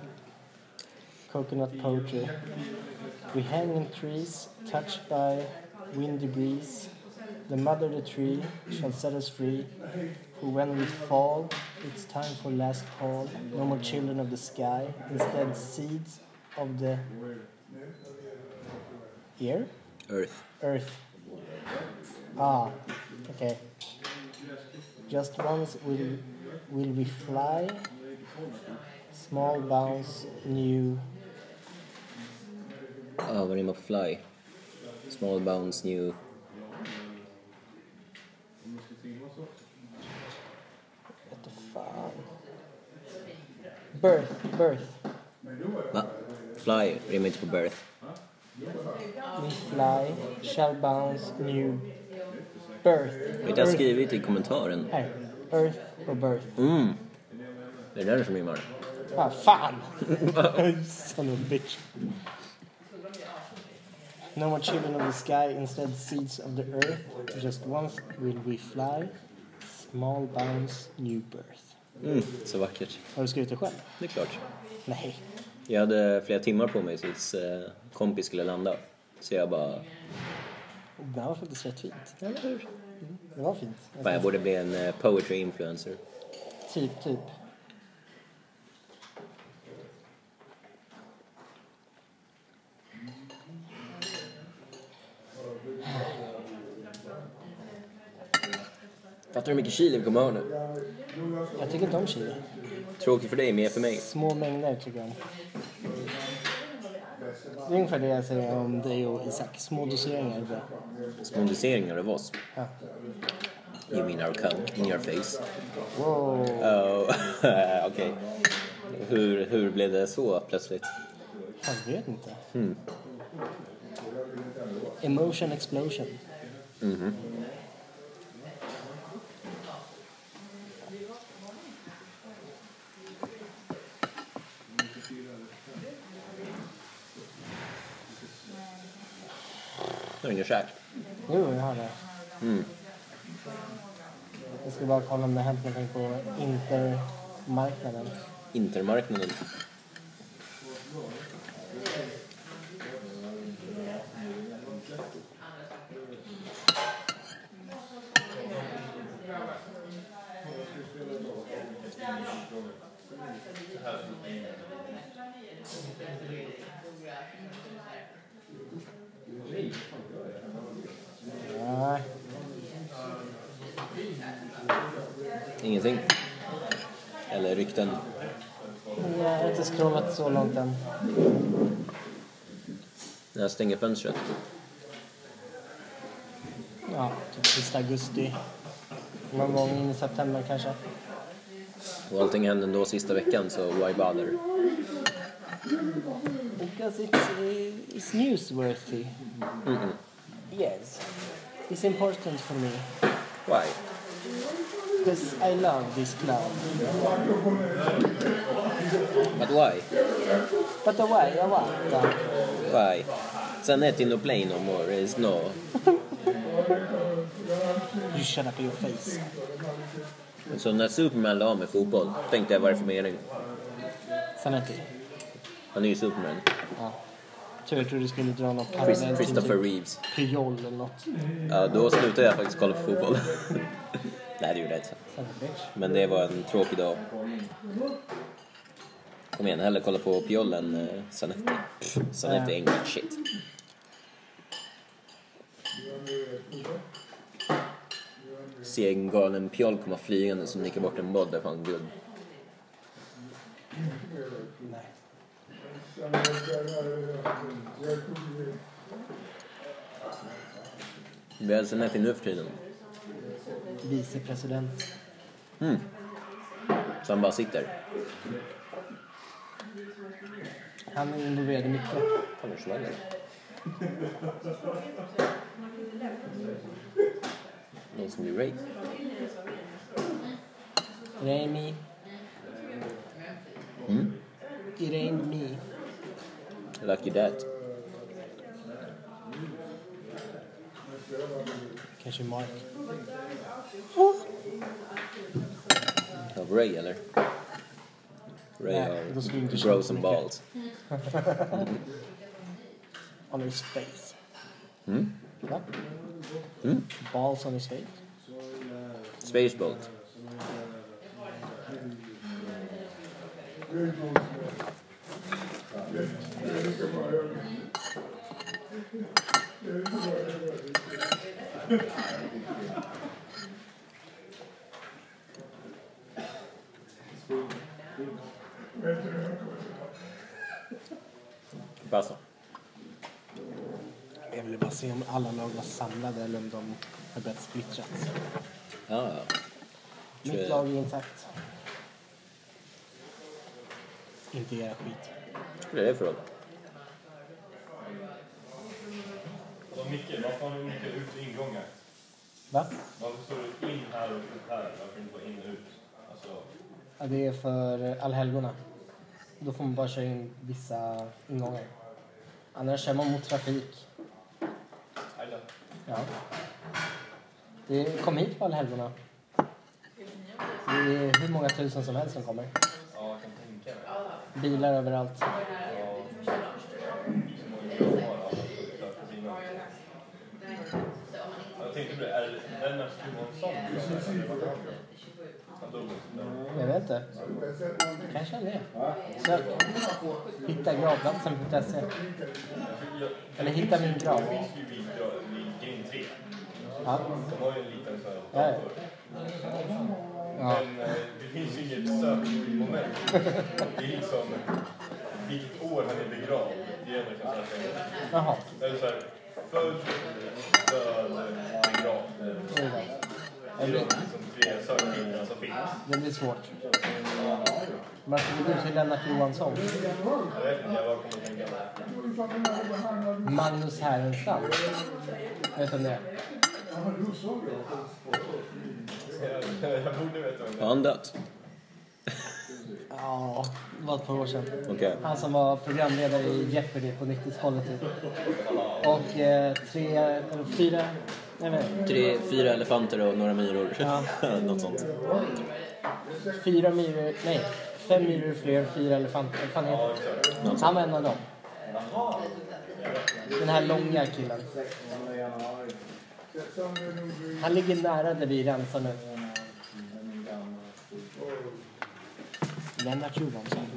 Speaker 3: Coconut poetry. We hang in trees, touched by windy breeze. The mother the tree shall set us free. For when we fall, it's time for last call. No more children of the sky, instead seeds of the ear?
Speaker 2: Earth.
Speaker 3: Earth. Ah, okay. Just once will, will we fly? Small bounce, new
Speaker 2: Ja, vad rimmar på fly? Small bounce new...
Speaker 3: What the fan? Birth, birth.
Speaker 2: Va? Fly rimmar inte på birth.
Speaker 3: We fly, shall bounce, new. Birth.
Speaker 2: Vet du, jag har
Speaker 3: Earth.
Speaker 2: skrivit i kommentaren.
Speaker 3: Här. Earth och birth.
Speaker 2: Mm. Det är där som rimmar.
Speaker 3: Ah, fan! Son of a bitch. No more children of the sky, instead seeds of the earth. Just once will we fly. Small bounce, new birth.
Speaker 2: Mm, så vackert.
Speaker 3: Har du skrivit det själv?
Speaker 2: Det är klart.
Speaker 3: Nej.
Speaker 2: Jag hade flera timmar på mig tills eh, kompis skulle landa. Så jag bara...
Speaker 3: Det här var faktiskt rätt fint.
Speaker 2: Eller hur?
Speaker 3: Det var fint.
Speaker 2: Fan, jag borde bli en eh, poetry influencer.
Speaker 3: Typ, typ.
Speaker 2: Fattar du hur mycket chili vi kommer ha nu?
Speaker 3: Jag tycker inte om chili.
Speaker 2: Tråkigt för dig, mer för mig.
Speaker 3: Små mängder tycker jag om. Det är ungefär det jag säger om dig och Isak. Små doseringar är bra.
Speaker 2: Små doseringar av oss.
Speaker 3: Ja.
Speaker 2: You mean our cum in your face?
Speaker 3: Wow.
Speaker 2: Oh, okej. Hur, hur blev det så plötsligt?
Speaker 3: Jag vet inte. Emotion explosion.
Speaker 2: Nu är det käk.
Speaker 3: Jo, jag har det. Jag ska bara kolla om det har hänt någonting på intermarknaden.
Speaker 2: Intermarknaden.
Speaker 3: Nej.
Speaker 2: Ingenting. Eller rykten.
Speaker 3: Men Jag har inte scrollat så långt än.
Speaker 2: När jag stänger fönstret.
Speaker 3: Ja, typ sista augusti. Någon gång in i september kanske.
Speaker 2: Och allting hände ändå sista veckan, så why bother?
Speaker 3: Because it's, uh, it's newsworthy. Yes. It's important for me.
Speaker 2: Why?
Speaker 3: Because I love this clown.
Speaker 2: But why?
Speaker 3: But why? What?
Speaker 2: Why? Zanetti no play no more. There is no.
Speaker 3: You shut up your face.
Speaker 2: Så när Superman la av med fotboll tänkte jag varför mer än...
Speaker 3: Zanetti.
Speaker 2: Han är ju Superman.
Speaker 3: Ja. Tur jag trodde du skulle dra något
Speaker 2: Chris,
Speaker 3: parallellt till
Speaker 2: Christopher
Speaker 3: typ
Speaker 2: Reeves.
Speaker 3: Puyol eller något.
Speaker 2: Ja, då slutade jag faktiskt kolla på fotboll. Nej, det gjorde jag inte. Men det var en tråkig dag. Kom igen, hellre kolla på Pjoll än eh, Zanetti. Pff, Zanetti är inget shit. Se en galen Pjoll komma flygande som nickar bort en boll, det är fan guld. Vi har Zanetti nu för tiden.
Speaker 3: Vicepresident.
Speaker 2: Så han bara sitter.
Speaker 3: Han är involverad i mycket.
Speaker 2: Fan, hur smäller det? Någon som blir raped.
Speaker 3: It ain't me.
Speaker 2: Mm.
Speaker 3: It ain't me.
Speaker 2: Lucky that.
Speaker 3: Kanske Mark.
Speaker 2: Av Ray eller? Ray
Speaker 3: Nej,
Speaker 2: har
Speaker 3: då skulle inte känna
Speaker 2: bros
Speaker 3: så
Speaker 2: and
Speaker 3: mycket.
Speaker 2: balls.
Speaker 3: On his face.
Speaker 2: Mm.
Speaker 3: Va? Balls on his face.
Speaker 2: Spaceballs. Passa.
Speaker 3: Jag ville bara se om alla lag var samlade eller om de har börjat splittras.
Speaker 2: Ja, ja. Tror
Speaker 3: Mitt
Speaker 2: jag-
Speaker 3: lag är intakt. Inte era skit.
Speaker 2: Spelar det för roll?
Speaker 5: Och Micke, varför har du Micke ut och ingångar?
Speaker 3: Va?
Speaker 5: Varför står det in här och ut här? Varför inte bara in och ut? Alltså,
Speaker 3: Ja, det är för allhelgona. Då får man bara köra in vissa ingångar. Annars kör man mot trafik.
Speaker 5: aj då.
Speaker 3: Ja. Det kom hit på allhelgona. Det är hur många tusen som helst som kommer.
Speaker 5: Ja, jag kan tänka mig.
Speaker 3: Bilar överallt.
Speaker 5: Så många jag har alla skjuter på sin gång. Jag tänkte på det, är det Lennart Johansson? Han dog inte där.
Speaker 3: Jag vet inte. Kanske han är. Sök. Hitta gravplatsen.se.
Speaker 5: Jag fick- jag-
Speaker 3: Eller hitta min grav.
Speaker 5: Det finns ju vid grav- vid grind 3.
Speaker 3: Ja.
Speaker 5: De har ju en liten så här
Speaker 3: Ja. Ja.
Speaker 5: Men eh, det finns ju inget sökmoment. Det är liksom vilket år han är begravd. Det är liksom så här tänker jag.
Speaker 3: Jaha.
Speaker 5: Eller så här, född, död, begravd.
Speaker 3: det är det.
Speaker 5: Det är de liksom tre sökningarna som finns.
Speaker 3: Det blir svårt. Varför vill du till Lennart Johansson?
Speaker 5: Jag vet inte, jag bara kommer att tänka på det.
Speaker 3: Magnus Härenstam? Vet du vem det är?
Speaker 5: Jag- Jag borde veta om
Speaker 2: Har
Speaker 5: det.
Speaker 2: han dött?
Speaker 3: Ja, det var ett par år sedan.
Speaker 2: Okej.
Speaker 3: Han som var programledare i Jeopardy på 90-talet typ. Och eh, tre, eller fyra, nej men
Speaker 2: Tre, fyra elefanter och några myror.
Speaker 3: Ja.
Speaker 2: Något sånt.
Speaker 3: fyra myror, nej fem myror fler än fyra elefanter. Vad fan heter det? Han var en av dem. Den här långa killen. Han ligger nära där vi rensar nu. Lennart Johansson.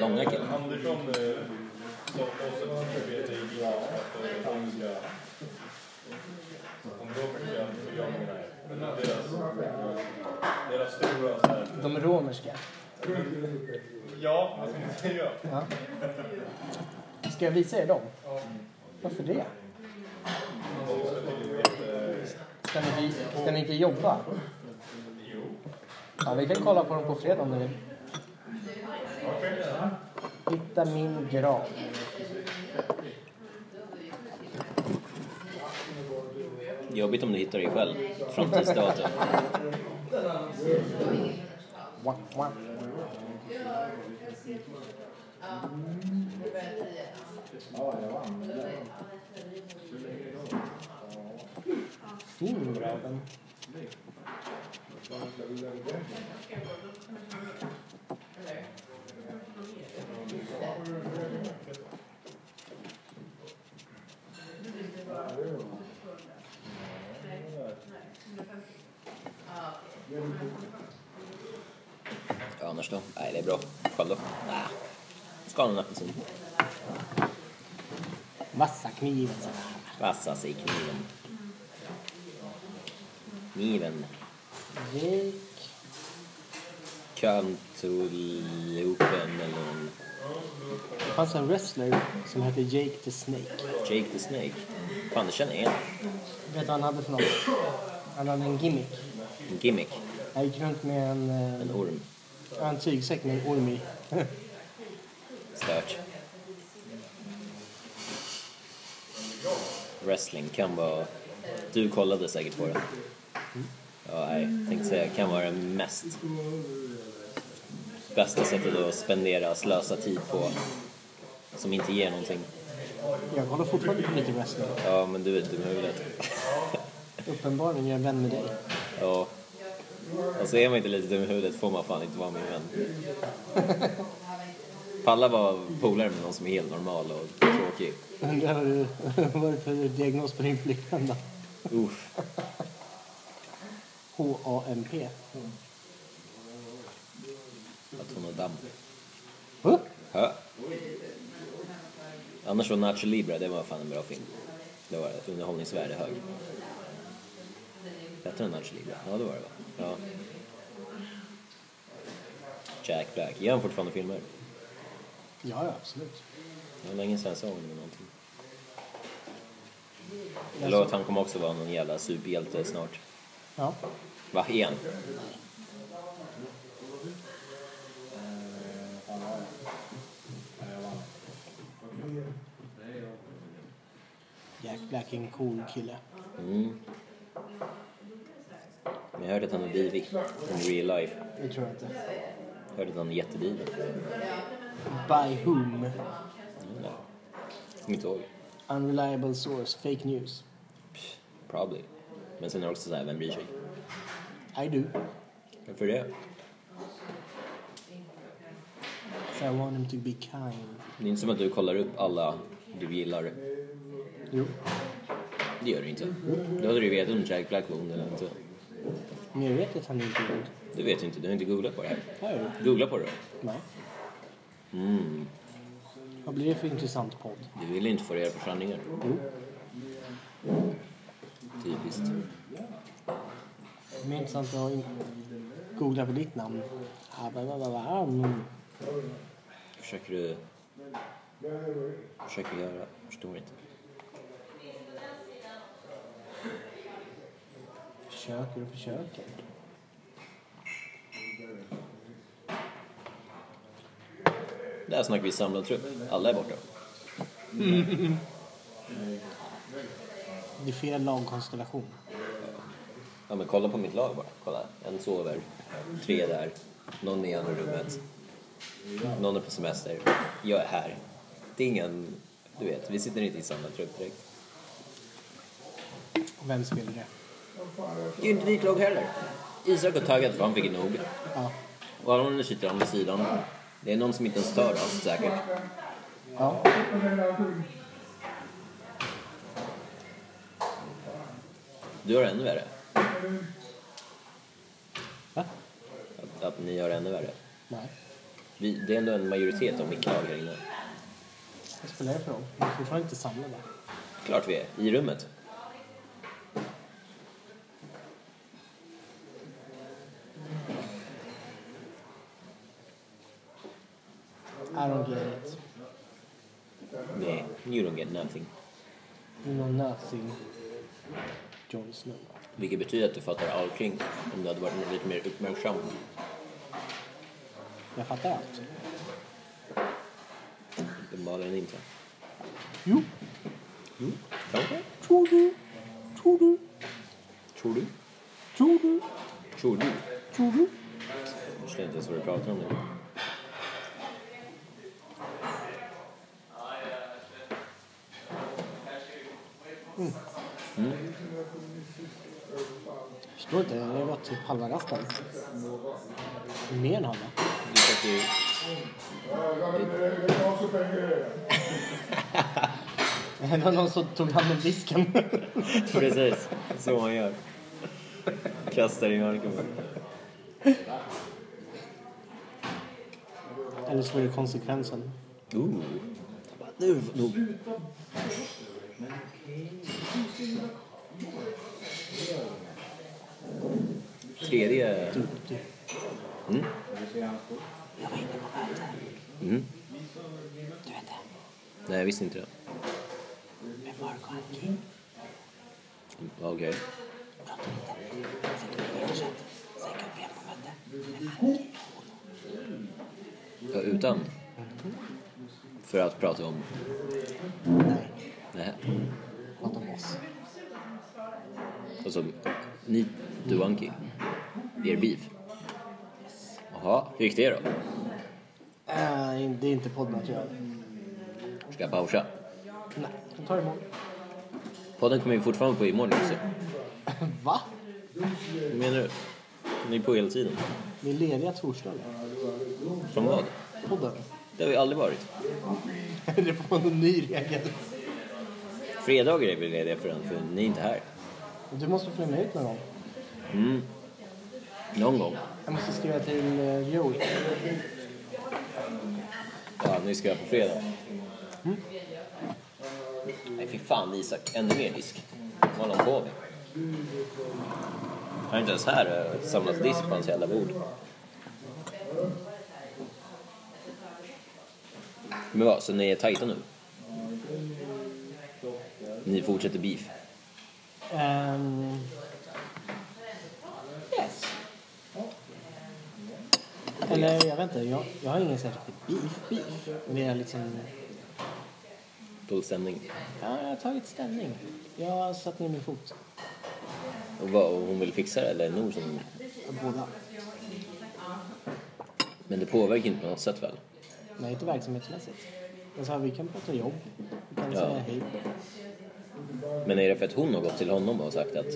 Speaker 2: Långa killar.
Speaker 5: Andersson eh, sa till oss att han arbetade i Gifta att eh, de ska... Om Robert ska programma det här. Deras, deras stora så här...
Speaker 3: De romerska.
Speaker 5: Ja, vad ska man säga?
Speaker 3: Ja. Ska jag visa er dem? Varför det?
Speaker 5: De ska tydligen veta... eh,
Speaker 3: Ska ni, inte- ska ni inte jobba? Ja, vi kan kolla på dem på fredag om ni vill. Hitta min grav.
Speaker 2: Jobbigt om du hittar dig själv fram till datum.
Speaker 3: Fin graven.
Speaker 2: Ja, annars då? Nej, det är bra. Själv då? Nej. Ska ha en apelsin.
Speaker 3: Vassa kniven.
Speaker 2: Vassas i kniven. Kniven.
Speaker 3: Gick.
Speaker 2: Kantulopen eller en
Speaker 3: Det fanns en wrestler som hette Jake the Snake.
Speaker 2: Jake the Snake. Fan, det känner jag igen.
Speaker 3: Vet du vad han hade för något? Han hade en gimmick.
Speaker 2: En gimmick.
Speaker 3: Han gick runt med en,
Speaker 2: En
Speaker 3: eh,
Speaker 2: orm.
Speaker 3: en tygsäck med en orm i.
Speaker 2: Stört. Wrestling kan vara... Du kollade säkert på den. Ja, nej. Tänkte säga, kan vara det mest... Bästa sättet att spendera, slösa tid på. Som inte ger någonting.
Speaker 3: Jag kollar fortfarande på lite wrestling.
Speaker 2: Ja, men du är dum i huvudet.
Speaker 3: Uppenbarligen är jag vän med dig.
Speaker 2: Ja. Och så är man inte lite dum i huvudet får man fan inte vara min vän. Palla var polare med någon som är helt normal och tråkig.
Speaker 3: Undrar vad du- vad det är för diagnos på din flickvän då?
Speaker 2: Usch.
Speaker 3: H-A-M-P.
Speaker 2: Att hon har damm.
Speaker 3: Huh?
Speaker 2: Hö. Annars var Nacho Libre, det var fan en bra film. Det var det. Underhållningsvärde hög. Hette den Nacho Libre? Ja, det var det va? Ja. Jack Black. Gör han fortfarande filmer?
Speaker 3: Ja, ja, absolut.
Speaker 2: Det var länge sedan jag såg honom i någonting. Jag lovar att han kommer också vara någon jävla superhjälte snart.
Speaker 3: Ja.
Speaker 2: Va, igen?
Speaker 3: Jack Black är en cool kille.
Speaker 2: Mm. Men jag hörde att han är divig. In real life.
Speaker 3: Det tror jag inte.
Speaker 2: Jag hörde att han är jättedivig.
Speaker 3: By whom?
Speaker 2: Mm, ja. Kommer inte ihåg.
Speaker 3: Unreliable source, fake news.
Speaker 2: Probably. Men sen är det också så här, vem bryr sig?
Speaker 3: I do.
Speaker 2: Varför det?
Speaker 3: So I want him to be kind.
Speaker 2: Det är inte som att du kollar upp alla du gillar.
Speaker 3: Jo.
Speaker 2: Det gör du inte. Då hade du ju vetat om Jack Black var ond eller inte.
Speaker 3: Men jag vet att han inte är god.
Speaker 2: Det vet du inte. Du har inte googlat på det här.
Speaker 3: Har jag det?
Speaker 2: Googla på det då.
Speaker 3: Nej.
Speaker 2: Mm.
Speaker 3: Vad blir det för intressant podd?
Speaker 2: Du vill inte få reda på sanningen.
Speaker 3: Jo.
Speaker 2: Typiskt.
Speaker 3: Det är mer intressant att ha in- googla på ditt namn. Ah, bla, bla, bla, bla. Mm.
Speaker 2: Försöker du... Försöker göra... Förstår inte.
Speaker 3: Försöker och försöker.
Speaker 2: Där snackar vi samlad trupp. Alla är borta.
Speaker 3: Det är fel lagkonstellation.
Speaker 2: Ja men kolla på mitt lag bara. Kolla. En sover. Tre där. Någon är i andra rummet. Någon är på semester. Jag är här. Det är ingen... Du vet, vi sitter inte i samma trupp direkt.
Speaker 3: Och vem spelar det?
Speaker 2: Det är ju inte ditt lag heller. Isak har taggat för han fick nog.
Speaker 3: Ja.
Speaker 2: Och alla andra sitter han vid sidan. Det är någon som inte ens stör oss säkert.
Speaker 3: Ja.
Speaker 2: Du har det ännu värre.
Speaker 3: Va?
Speaker 2: Att, att ni har det ännu värre.
Speaker 3: Nej.
Speaker 2: Vi, det är ändå en majoritet av mitt lag här inne.
Speaker 3: Vad spelar det för roll? Vi är fortfarande inte samlade.
Speaker 2: Klart vi är. I rummet.
Speaker 3: I don't get it.
Speaker 2: Nej, you don't get nothing.
Speaker 3: You know nothing. Jon Snow.
Speaker 2: Vilket betyder att du fattar allting om du hade varit lite mer uppmärksam.
Speaker 3: Jag fattar allt.
Speaker 2: Uppenbarligen inte.
Speaker 3: Jo.
Speaker 2: Kanske?
Speaker 3: Tror du? Tror du?
Speaker 2: Tror du?
Speaker 1: Tror du?
Speaker 2: Tror du?
Speaker 1: Tror du?
Speaker 2: Jag förstår inte ens vad du pratar om nu.
Speaker 3: Förstår inte, det var typ halva rasten. Mer än halva.
Speaker 2: Du satt ju...
Speaker 3: Det var någon som tog hand om disken.
Speaker 2: Precis, så man gör. Kastar i marken bara.
Speaker 3: Eller så var det konsekvensen.
Speaker 2: Ooh. Nu, nu. Tredje... Mm.
Speaker 3: Du vet det,
Speaker 2: Mm. Nej, jag visste inte det.
Speaker 3: med Mark och Anki.
Speaker 2: Okej.
Speaker 3: Sen kan vi på möte.
Speaker 2: Ja, Utan? För att prata om...
Speaker 3: Nej,
Speaker 2: Nej.
Speaker 3: prata om oss.
Speaker 2: Alltså, ni, du och Anki. Er beef. Jaha, hur gick det då?
Speaker 3: Äh, det är inte poddmaterial.
Speaker 2: Ska jag pausa?
Speaker 3: Nej, jag tar det imorgon.
Speaker 2: Podden kommer ju fortfarande på imorgon också.
Speaker 3: Va?
Speaker 2: Vad menar du? Ni är på hela tiden.
Speaker 3: Ni är lediga torsdagar?
Speaker 2: Från vad?
Speaker 3: Podden?
Speaker 2: Det har vi aldrig varit.
Speaker 3: det får man en ny regel.
Speaker 2: Fredagar är vi lediga för den, för ni är inte här.
Speaker 3: Du måste följa med ut någon gång.
Speaker 2: Någon gång.
Speaker 3: Jag måste skriva till eh, Joey.
Speaker 2: Ja, ni ska på fredag. Nej, fy fan Isak. Ännu mer disk. Vad håller han på med? Han är inte ens här och samlat disk på hans jävla bord. Men vad, så ni är tajta nu? Ni fortsätter beef?
Speaker 3: Ehm, yes. Eller jag vet inte, jag, jag har ingen särskild beef, beef. Men det är liksom,
Speaker 2: Dålig stämning?
Speaker 3: ja, jag har tagit ställning. Jag har satt ner min fot.
Speaker 2: Och vad, och hon vill fixa det eller är det Nor som...
Speaker 3: Båda.
Speaker 2: Men det påverkar inte på något sätt väl?
Speaker 3: Nej, inte verksamhetsmässigt. Men så här, vi kan prata jobb. Vi kan
Speaker 2: Ja.
Speaker 3: säga hej.
Speaker 2: Men är det för att hon har gått till honom och sagt att...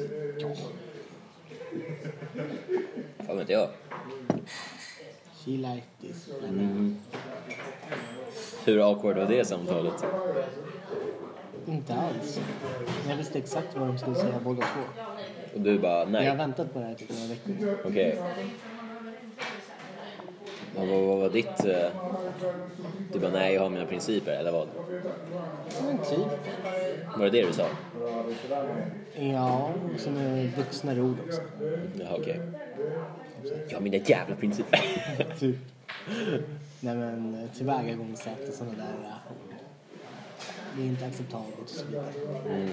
Speaker 2: Fan vet jag.
Speaker 3: She like this.
Speaker 2: Hur awkward var det samtalet?
Speaker 3: Inte alls. Jag visste exakt vad de skulle säga båda två.
Speaker 2: Och du bara
Speaker 3: Jag har
Speaker 2: nej,
Speaker 3: väntat på det här i typ några veckor.
Speaker 2: okej. Men Vad, vad var ditt... eh, Du bara nej, jag har mina principer, eller vad?
Speaker 3: Men typ.
Speaker 2: Var det det du sa?
Speaker 3: Ja, och sen är det vuxnare ord också.
Speaker 2: Jaha, okej. Jag har mina jävla principer.
Speaker 3: Typ. Nej men eh, tillvägagångssätt och sådana där eh, ord. Det är inte acceptabelt och så vidare.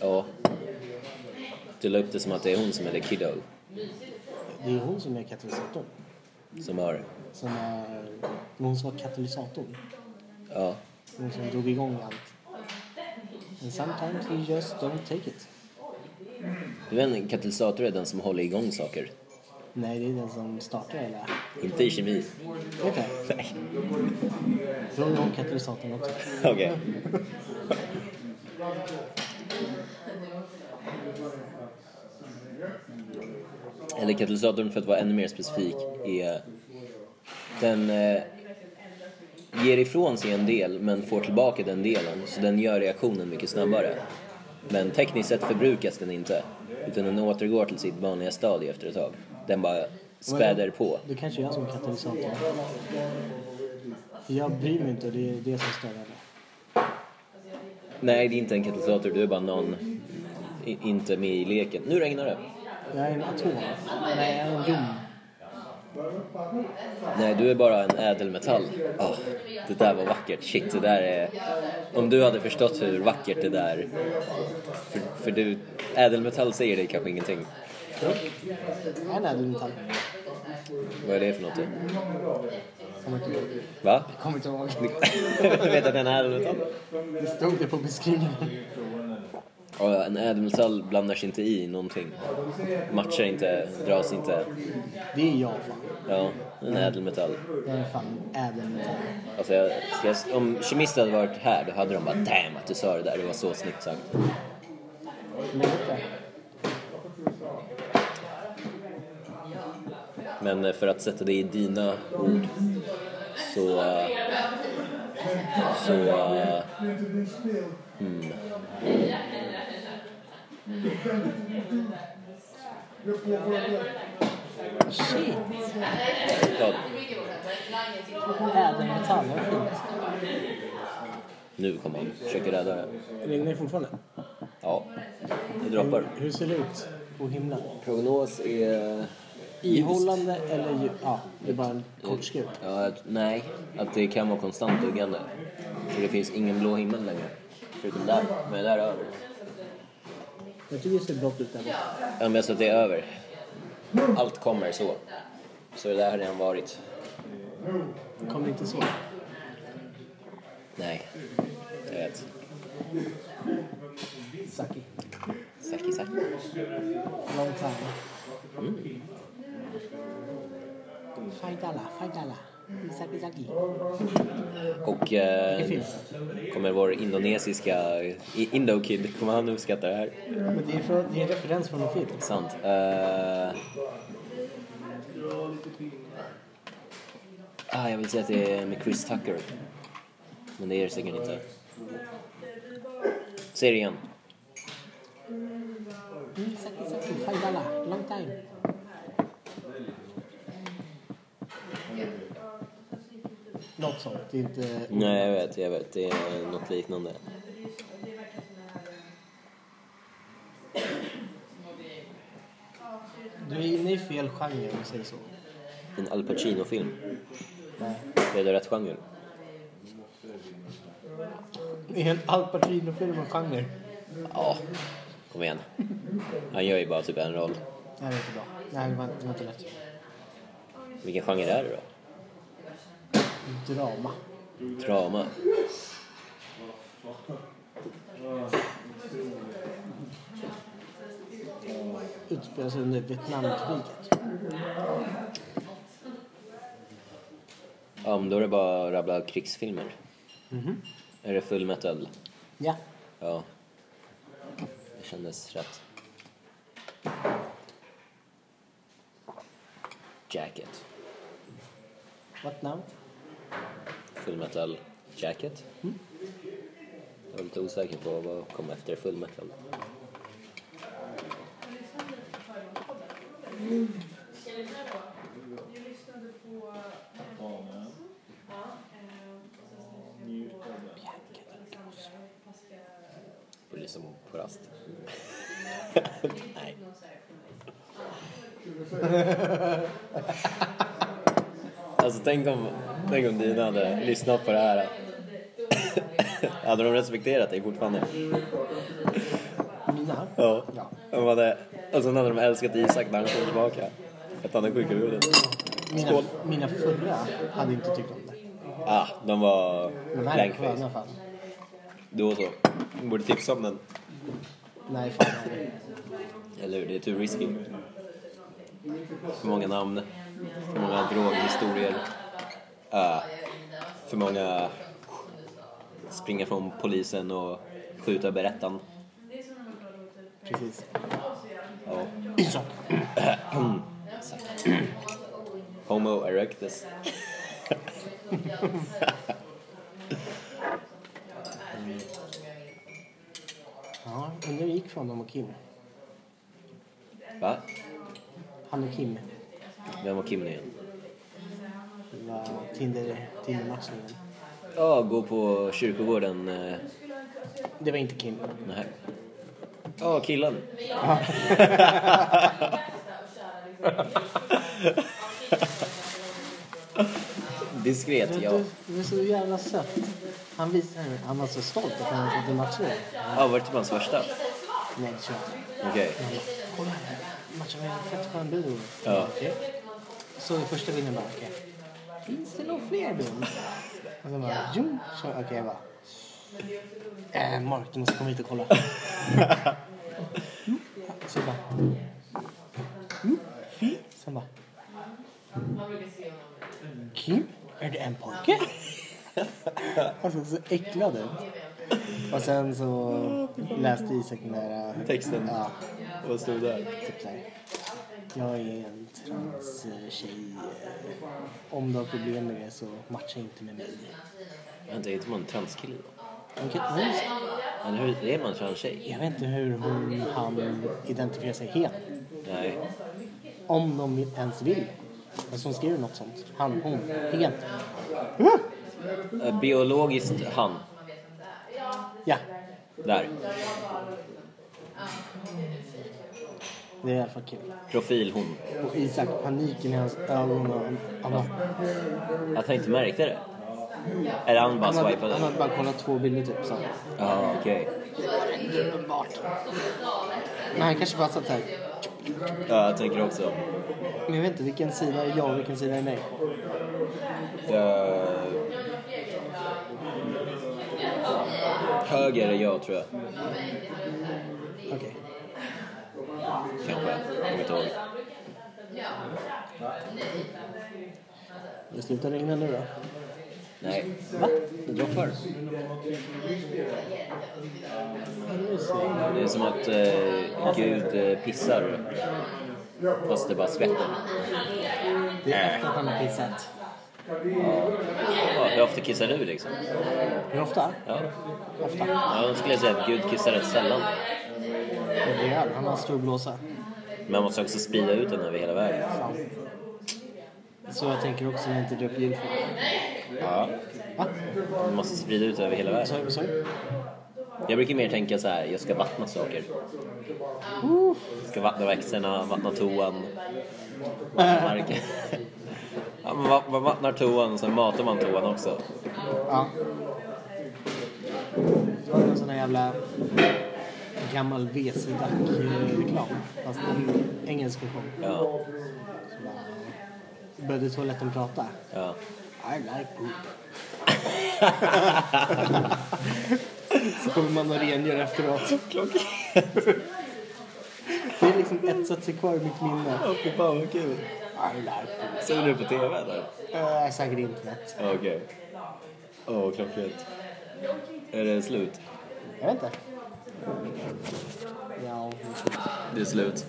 Speaker 2: ja. Du la upp det som att det är hon som är the kiddo.
Speaker 3: Det är hon som är katalysatorn.
Speaker 2: Som har...
Speaker 3: Som är... det var Hon som var katalysatorn.
Speaker 2: Ja.
Speaker 3: Hon som drog igång allt. And sometimes you just don't take it.
Speaker 2: Du vet, en katalysator är den som håller igång saker.
Speaker 3: Nej, det är den som startar hela...
Speaker 2: Inte i kemi.
Speaker 3: Vet du?
Speaker 2: Nej.
Speaker 3: Då är hon katalysatorn också.
Speaker 2: Okej. Eller katalysatorn för att vara ännu mer specifik är... Den eh, ger ifrån sig en del men får tillbaka den delen så den gör reaktionen mycket snabbare. Men tekniskt sett förbrukas den inte utan den återgår till sitt vanliga stadie efter ett tag. Den bara späder på.
Speaker 3: Då kanske jag som är katalysatorn. För jag bryr mig inte och det är det som stör henne.
Speaker 2: Nej, det är inte en katalysator, du är bara någon i, inte med i leken. Nu regnar det.
Speaker 3: Jag är en atom. Nej, jag är en jon.
Speaker 2: Nej, du är bara en ädelmetall. Ah, det där var vackert. Shit, det där är... Om du hade förstått hur vackert det där... För, för du... Ädelmetall säger dig kanske ingenting.
Speaker 3: Jag är en ädelmetall.
Speaker 2: Vad är det för något?
Speaker 3: Kommer inte ihåg.
Speaker 2: Va?
Speaker 3: Kommer inte ihåg.
Speaker 2: du vet att det är en ädelmetall?
Speaker 3: Det stod det på beskrivningen.
Speaker 2: Och en ädelmetall blandar sig inte i någonting. Matchar inte, dras inte.
Speaker 3: Det är jag fan.
Speaker 2: Ja, en ädelmetall.
Speaker 3: Det är fan ädelmetall.
Speaker 2: Alltså jag, ska jag, om kemister hade varit här då hade de bara damn att du sa det där, det var så snyggt sagt.
Speaker 3: Men inte.
Speaker 2: Men eh, för att sätta det i dina ord så... eh, Så... eh, Mm.
Speaker 3: Shit.
Speaker 2: Ja,
Speaker 3: Ädelmetall, vad fint.
Speaker 2: nu kommer han. Försöker rädda det.
Speaker 3: Regnar det fortfarande?
Speaker 2: Ja, det droppar.
Speaker 3: Hur ser det ut på himlen?
Speaker 2: Prognos är...
Speaker 3: Ihållande eller... ju- Ja, det är bara en kort skruv.
Speaker 2: Ja, att, nej, att det kan vara konstant duggande. Så det finns ingen blå himmel längre. Förutom där, men där över.
Speaker 3: Jag tycker det ser blått ut där borta.
Speaker 2: Ja, men alltså att det är över. Allt kommer så. Så det där har redan varit.
Speaker 3: Kom det inte så?
Speaker 2: Nej, jag vet.
Speaker 3: Saki.
Speaker 2: Saki, saki.
Speaker 3: Long time. Mm. Fajdala, fajdala. Saki, saki.
Speaker 2: Och eh,
Speaker 3: Det finns.
Speaker 2: kommer vår indonesiska i- Indokid, kommer han uppskatta det här?
Speaker 3: Men det är, för, det är en referens från en film.
Speaker 2: Sant. Eh, ah, jag vill säga att det är med Chris Tucker. Men det är det säkert inte. Säg det igen.
Speaker 3: Mm, Saki, saki. Fajdala. Long time. Något sånt. Det är inte...
Speaker 2: Nej, jag vet, jag vet. Det är något liknande.
Speaker 3: Du är inne i fel genre om vi säger så.
Speaker 2: En Al Pacino-film. Är det rätt genre?
Speaker 3: Det är en Al Pacino-film och genre.
Speaker 2: Ja, kom igen. Han gör ju bara typ en roll.
Speaker 3: Nej, det är inte bra. Nej, det var, det var inte lätt.
Speaker 2: Vilken genre är det då?
Speaker 3: Drama.
Speaker 2: Drama.
Speaker 3: Utspelar sig under Vietnamkriget.
Speaker 2: Ja, men då är det bara att rabbla krigsfilmer. Mhm. Är det full metal?
Speaker 3: Ja.
Speaker 2: Ja. Det kändes rätt. Jacket.
Speaker 3: What now?
Speaker 2: Full metal jacket. Jag var lite osäker på vad kom efter full metal. Du lyssnar liksom på rast. Nej. Alltså tänk om, tänk om dina hade lyssnat på det här. hade de respekterat dig fortfarande?
Speaker 3: Mina?
Speaker 2: Ja.
Speaker 3: Ja.
Speaker 2: De hade, och sen hade de älskat Isak när han kom tillbaka. Att han är sjuk i huvudet.
Speaker 3: Mina,
Speaker 2: Skål.
Speaker 3: mina förra hade inte tyckt om det.
Speaker 2: Ah, de var
Speaker 3: De här är sköna
Speaker 2: blankface.
Speaker 3: fan.
Speaker 2: Då så. Borde tipsa om den.
Speaker 3: Nej, fan. nej.
Speaker 2: Eller hur? Det är too risky. För många namn. För många droghistorier. Ah, för många springa från polisen och skjuta berättaren.
Speaker 3: Precis.
Speaker 2: Ja.
Speaker 3: Isak.
Speaker 2: Homo erectus.
Speaker 3: Ja, undrar hur det gick från dem och Kim.
Speaker 2: Va?
Speaker 3: Han och Kim.
Speaker 2: Vem var Kim nu igen?
Speaker 3: Det var Tinder, Tinder-matchningen.
Speaker 2: Ja, gå på kyrkogården. eh,
Speaker 3: Det var inte Kim.
Speaker 2: Nej. Ja, killen. Diskret, ja.
Speaker 3: Det, det är så jävla sött. Han, visar, han var så stolt att han hade fått en matchning.
Speaker 2: Ja, var det typ hans värsta?
Speaker 3: Nej, det tror jag inte.
Speaker 2: Okej.
Speaker 3: Kolla här. Matchen var en fett skön bild.
Speaker 2: Ja.
Speaker 3: Okej. Så den första bilden bara, okej. Finns det några fler bilder? Och sen bara, jo. Så- Okej, jag bara. Äh, Mark, du måste komma hit och kolla. Så jag bara... "Mm, Fy. Sen bara... Kim, är det en pojke? Han såg så äcklad ut. Och sen så läste Isak den där... äh,
Speaker 2: Texten.
Speaker 3: Ja,
Speaker 2: Vad stod där?
Speaker 3: typ så här. Jag är en transtjej. eh, Om du har problem med det så matcha inte med mig.
Speaker 2: Vänta, är inte man en transkille då?
Speaker 3: Hon kan- hon-
Speaker 2: Eller hur, är man transtjej?
Speaker 3: Jag vet inte hur hon, han identifierar sig helt.
Speaker 2: Nej.
Speaker 3: Om de ens vill. Fast hon skriver något sånt. Han, hon, helt.
Speaker 2: Eh, Biologiskt han.
Speaker 3: Ja,
Speaker 2: Där.
Speaker 3: det är i alla fall kul.
Speaker 2: Profil hon.
Speaker 3: Och Isak, paniken i hans ögon och han, han, bara-
Speaker 2: Att han inte märkte det? Eller han bara
Speaker 3: han, hade, han
Speaker 2: swipade?
Speaker 3: hade bara kollat två bilder typ så.
Speaker 2: Ja, okej.
Speaker 3: Uppenbart. Men han kanske bara satt här.
Speaker 2: Ja, jag tänker också.
Speaker 3: Men jag vet inte, vilken sida är jag och vilken sida är nej?
Speaker 2: Eh, Höger är jag tror jag.
Speaker 3: Okej.
Speaker 2: Kanske. Jag kommer inte ihåg.
Speaker 3: Det slutar regna nu då.
Speaker 2: Nej. Va? Det droppar. Det är som att eh, Gud eh, pissar. Fast det är bara svetten.
Speaker 3: Det är efter att han har pissat.
Speaker 2: Ja, hur ofta kissar du liksom?
Speaker 3: Hur ofta?
Speaker 2: Ja.
Speaker 3: Ofta.
Speaker 2: ja, då skulle jag säga att Gud kissar rätt sällan.
Speaker 3: Det är han. Han har en stor blåsa.
Speaker 2: Men man måste också sprida ut den över hela världen.
Speaker 3: Sant. Så jag tänker också när jag inte döper jul för
Speaker 2: Ja.
Speaker 3: Va?
Speaker 2: Man måste sprida ut den över hela
Speaker 3: Vad sa
Speaker 2: världen.
Speaker 3: du? Vad sa du?
Speaker 2: Jag brukar mer tänka så här, jag ska vattna saker. Jag ska vattna växterna, vattna toan, vattna marken. Ja, man va- man vattnar toan, sen matar man toan också.
Speaker 3: Ja. Det var en sån här jävla gammal WC-Dac-reklam. Fast en engelsk version.
Speaker 2: Ja,
Speaker 3: Började toaletten prata.
Speaker 2: ja.
Speaker 3: I like poop. Så kommer man och rengör efteråt. Det är liksom etsat sig kvar i mitt minne.
Speaker 2: Åh, fy fan vad kul.
Speaker 3: I like poop.
Speaker 2: Såg du det på TV eller?
Speaker 3: Äh, säkert internet.
Speaker 2: Ja, Okej. Åh, oh, klockrent. Är det slut?
Speaker 3: Jag vet inte. Ja, det är så.
Speaker 2: Det är slut.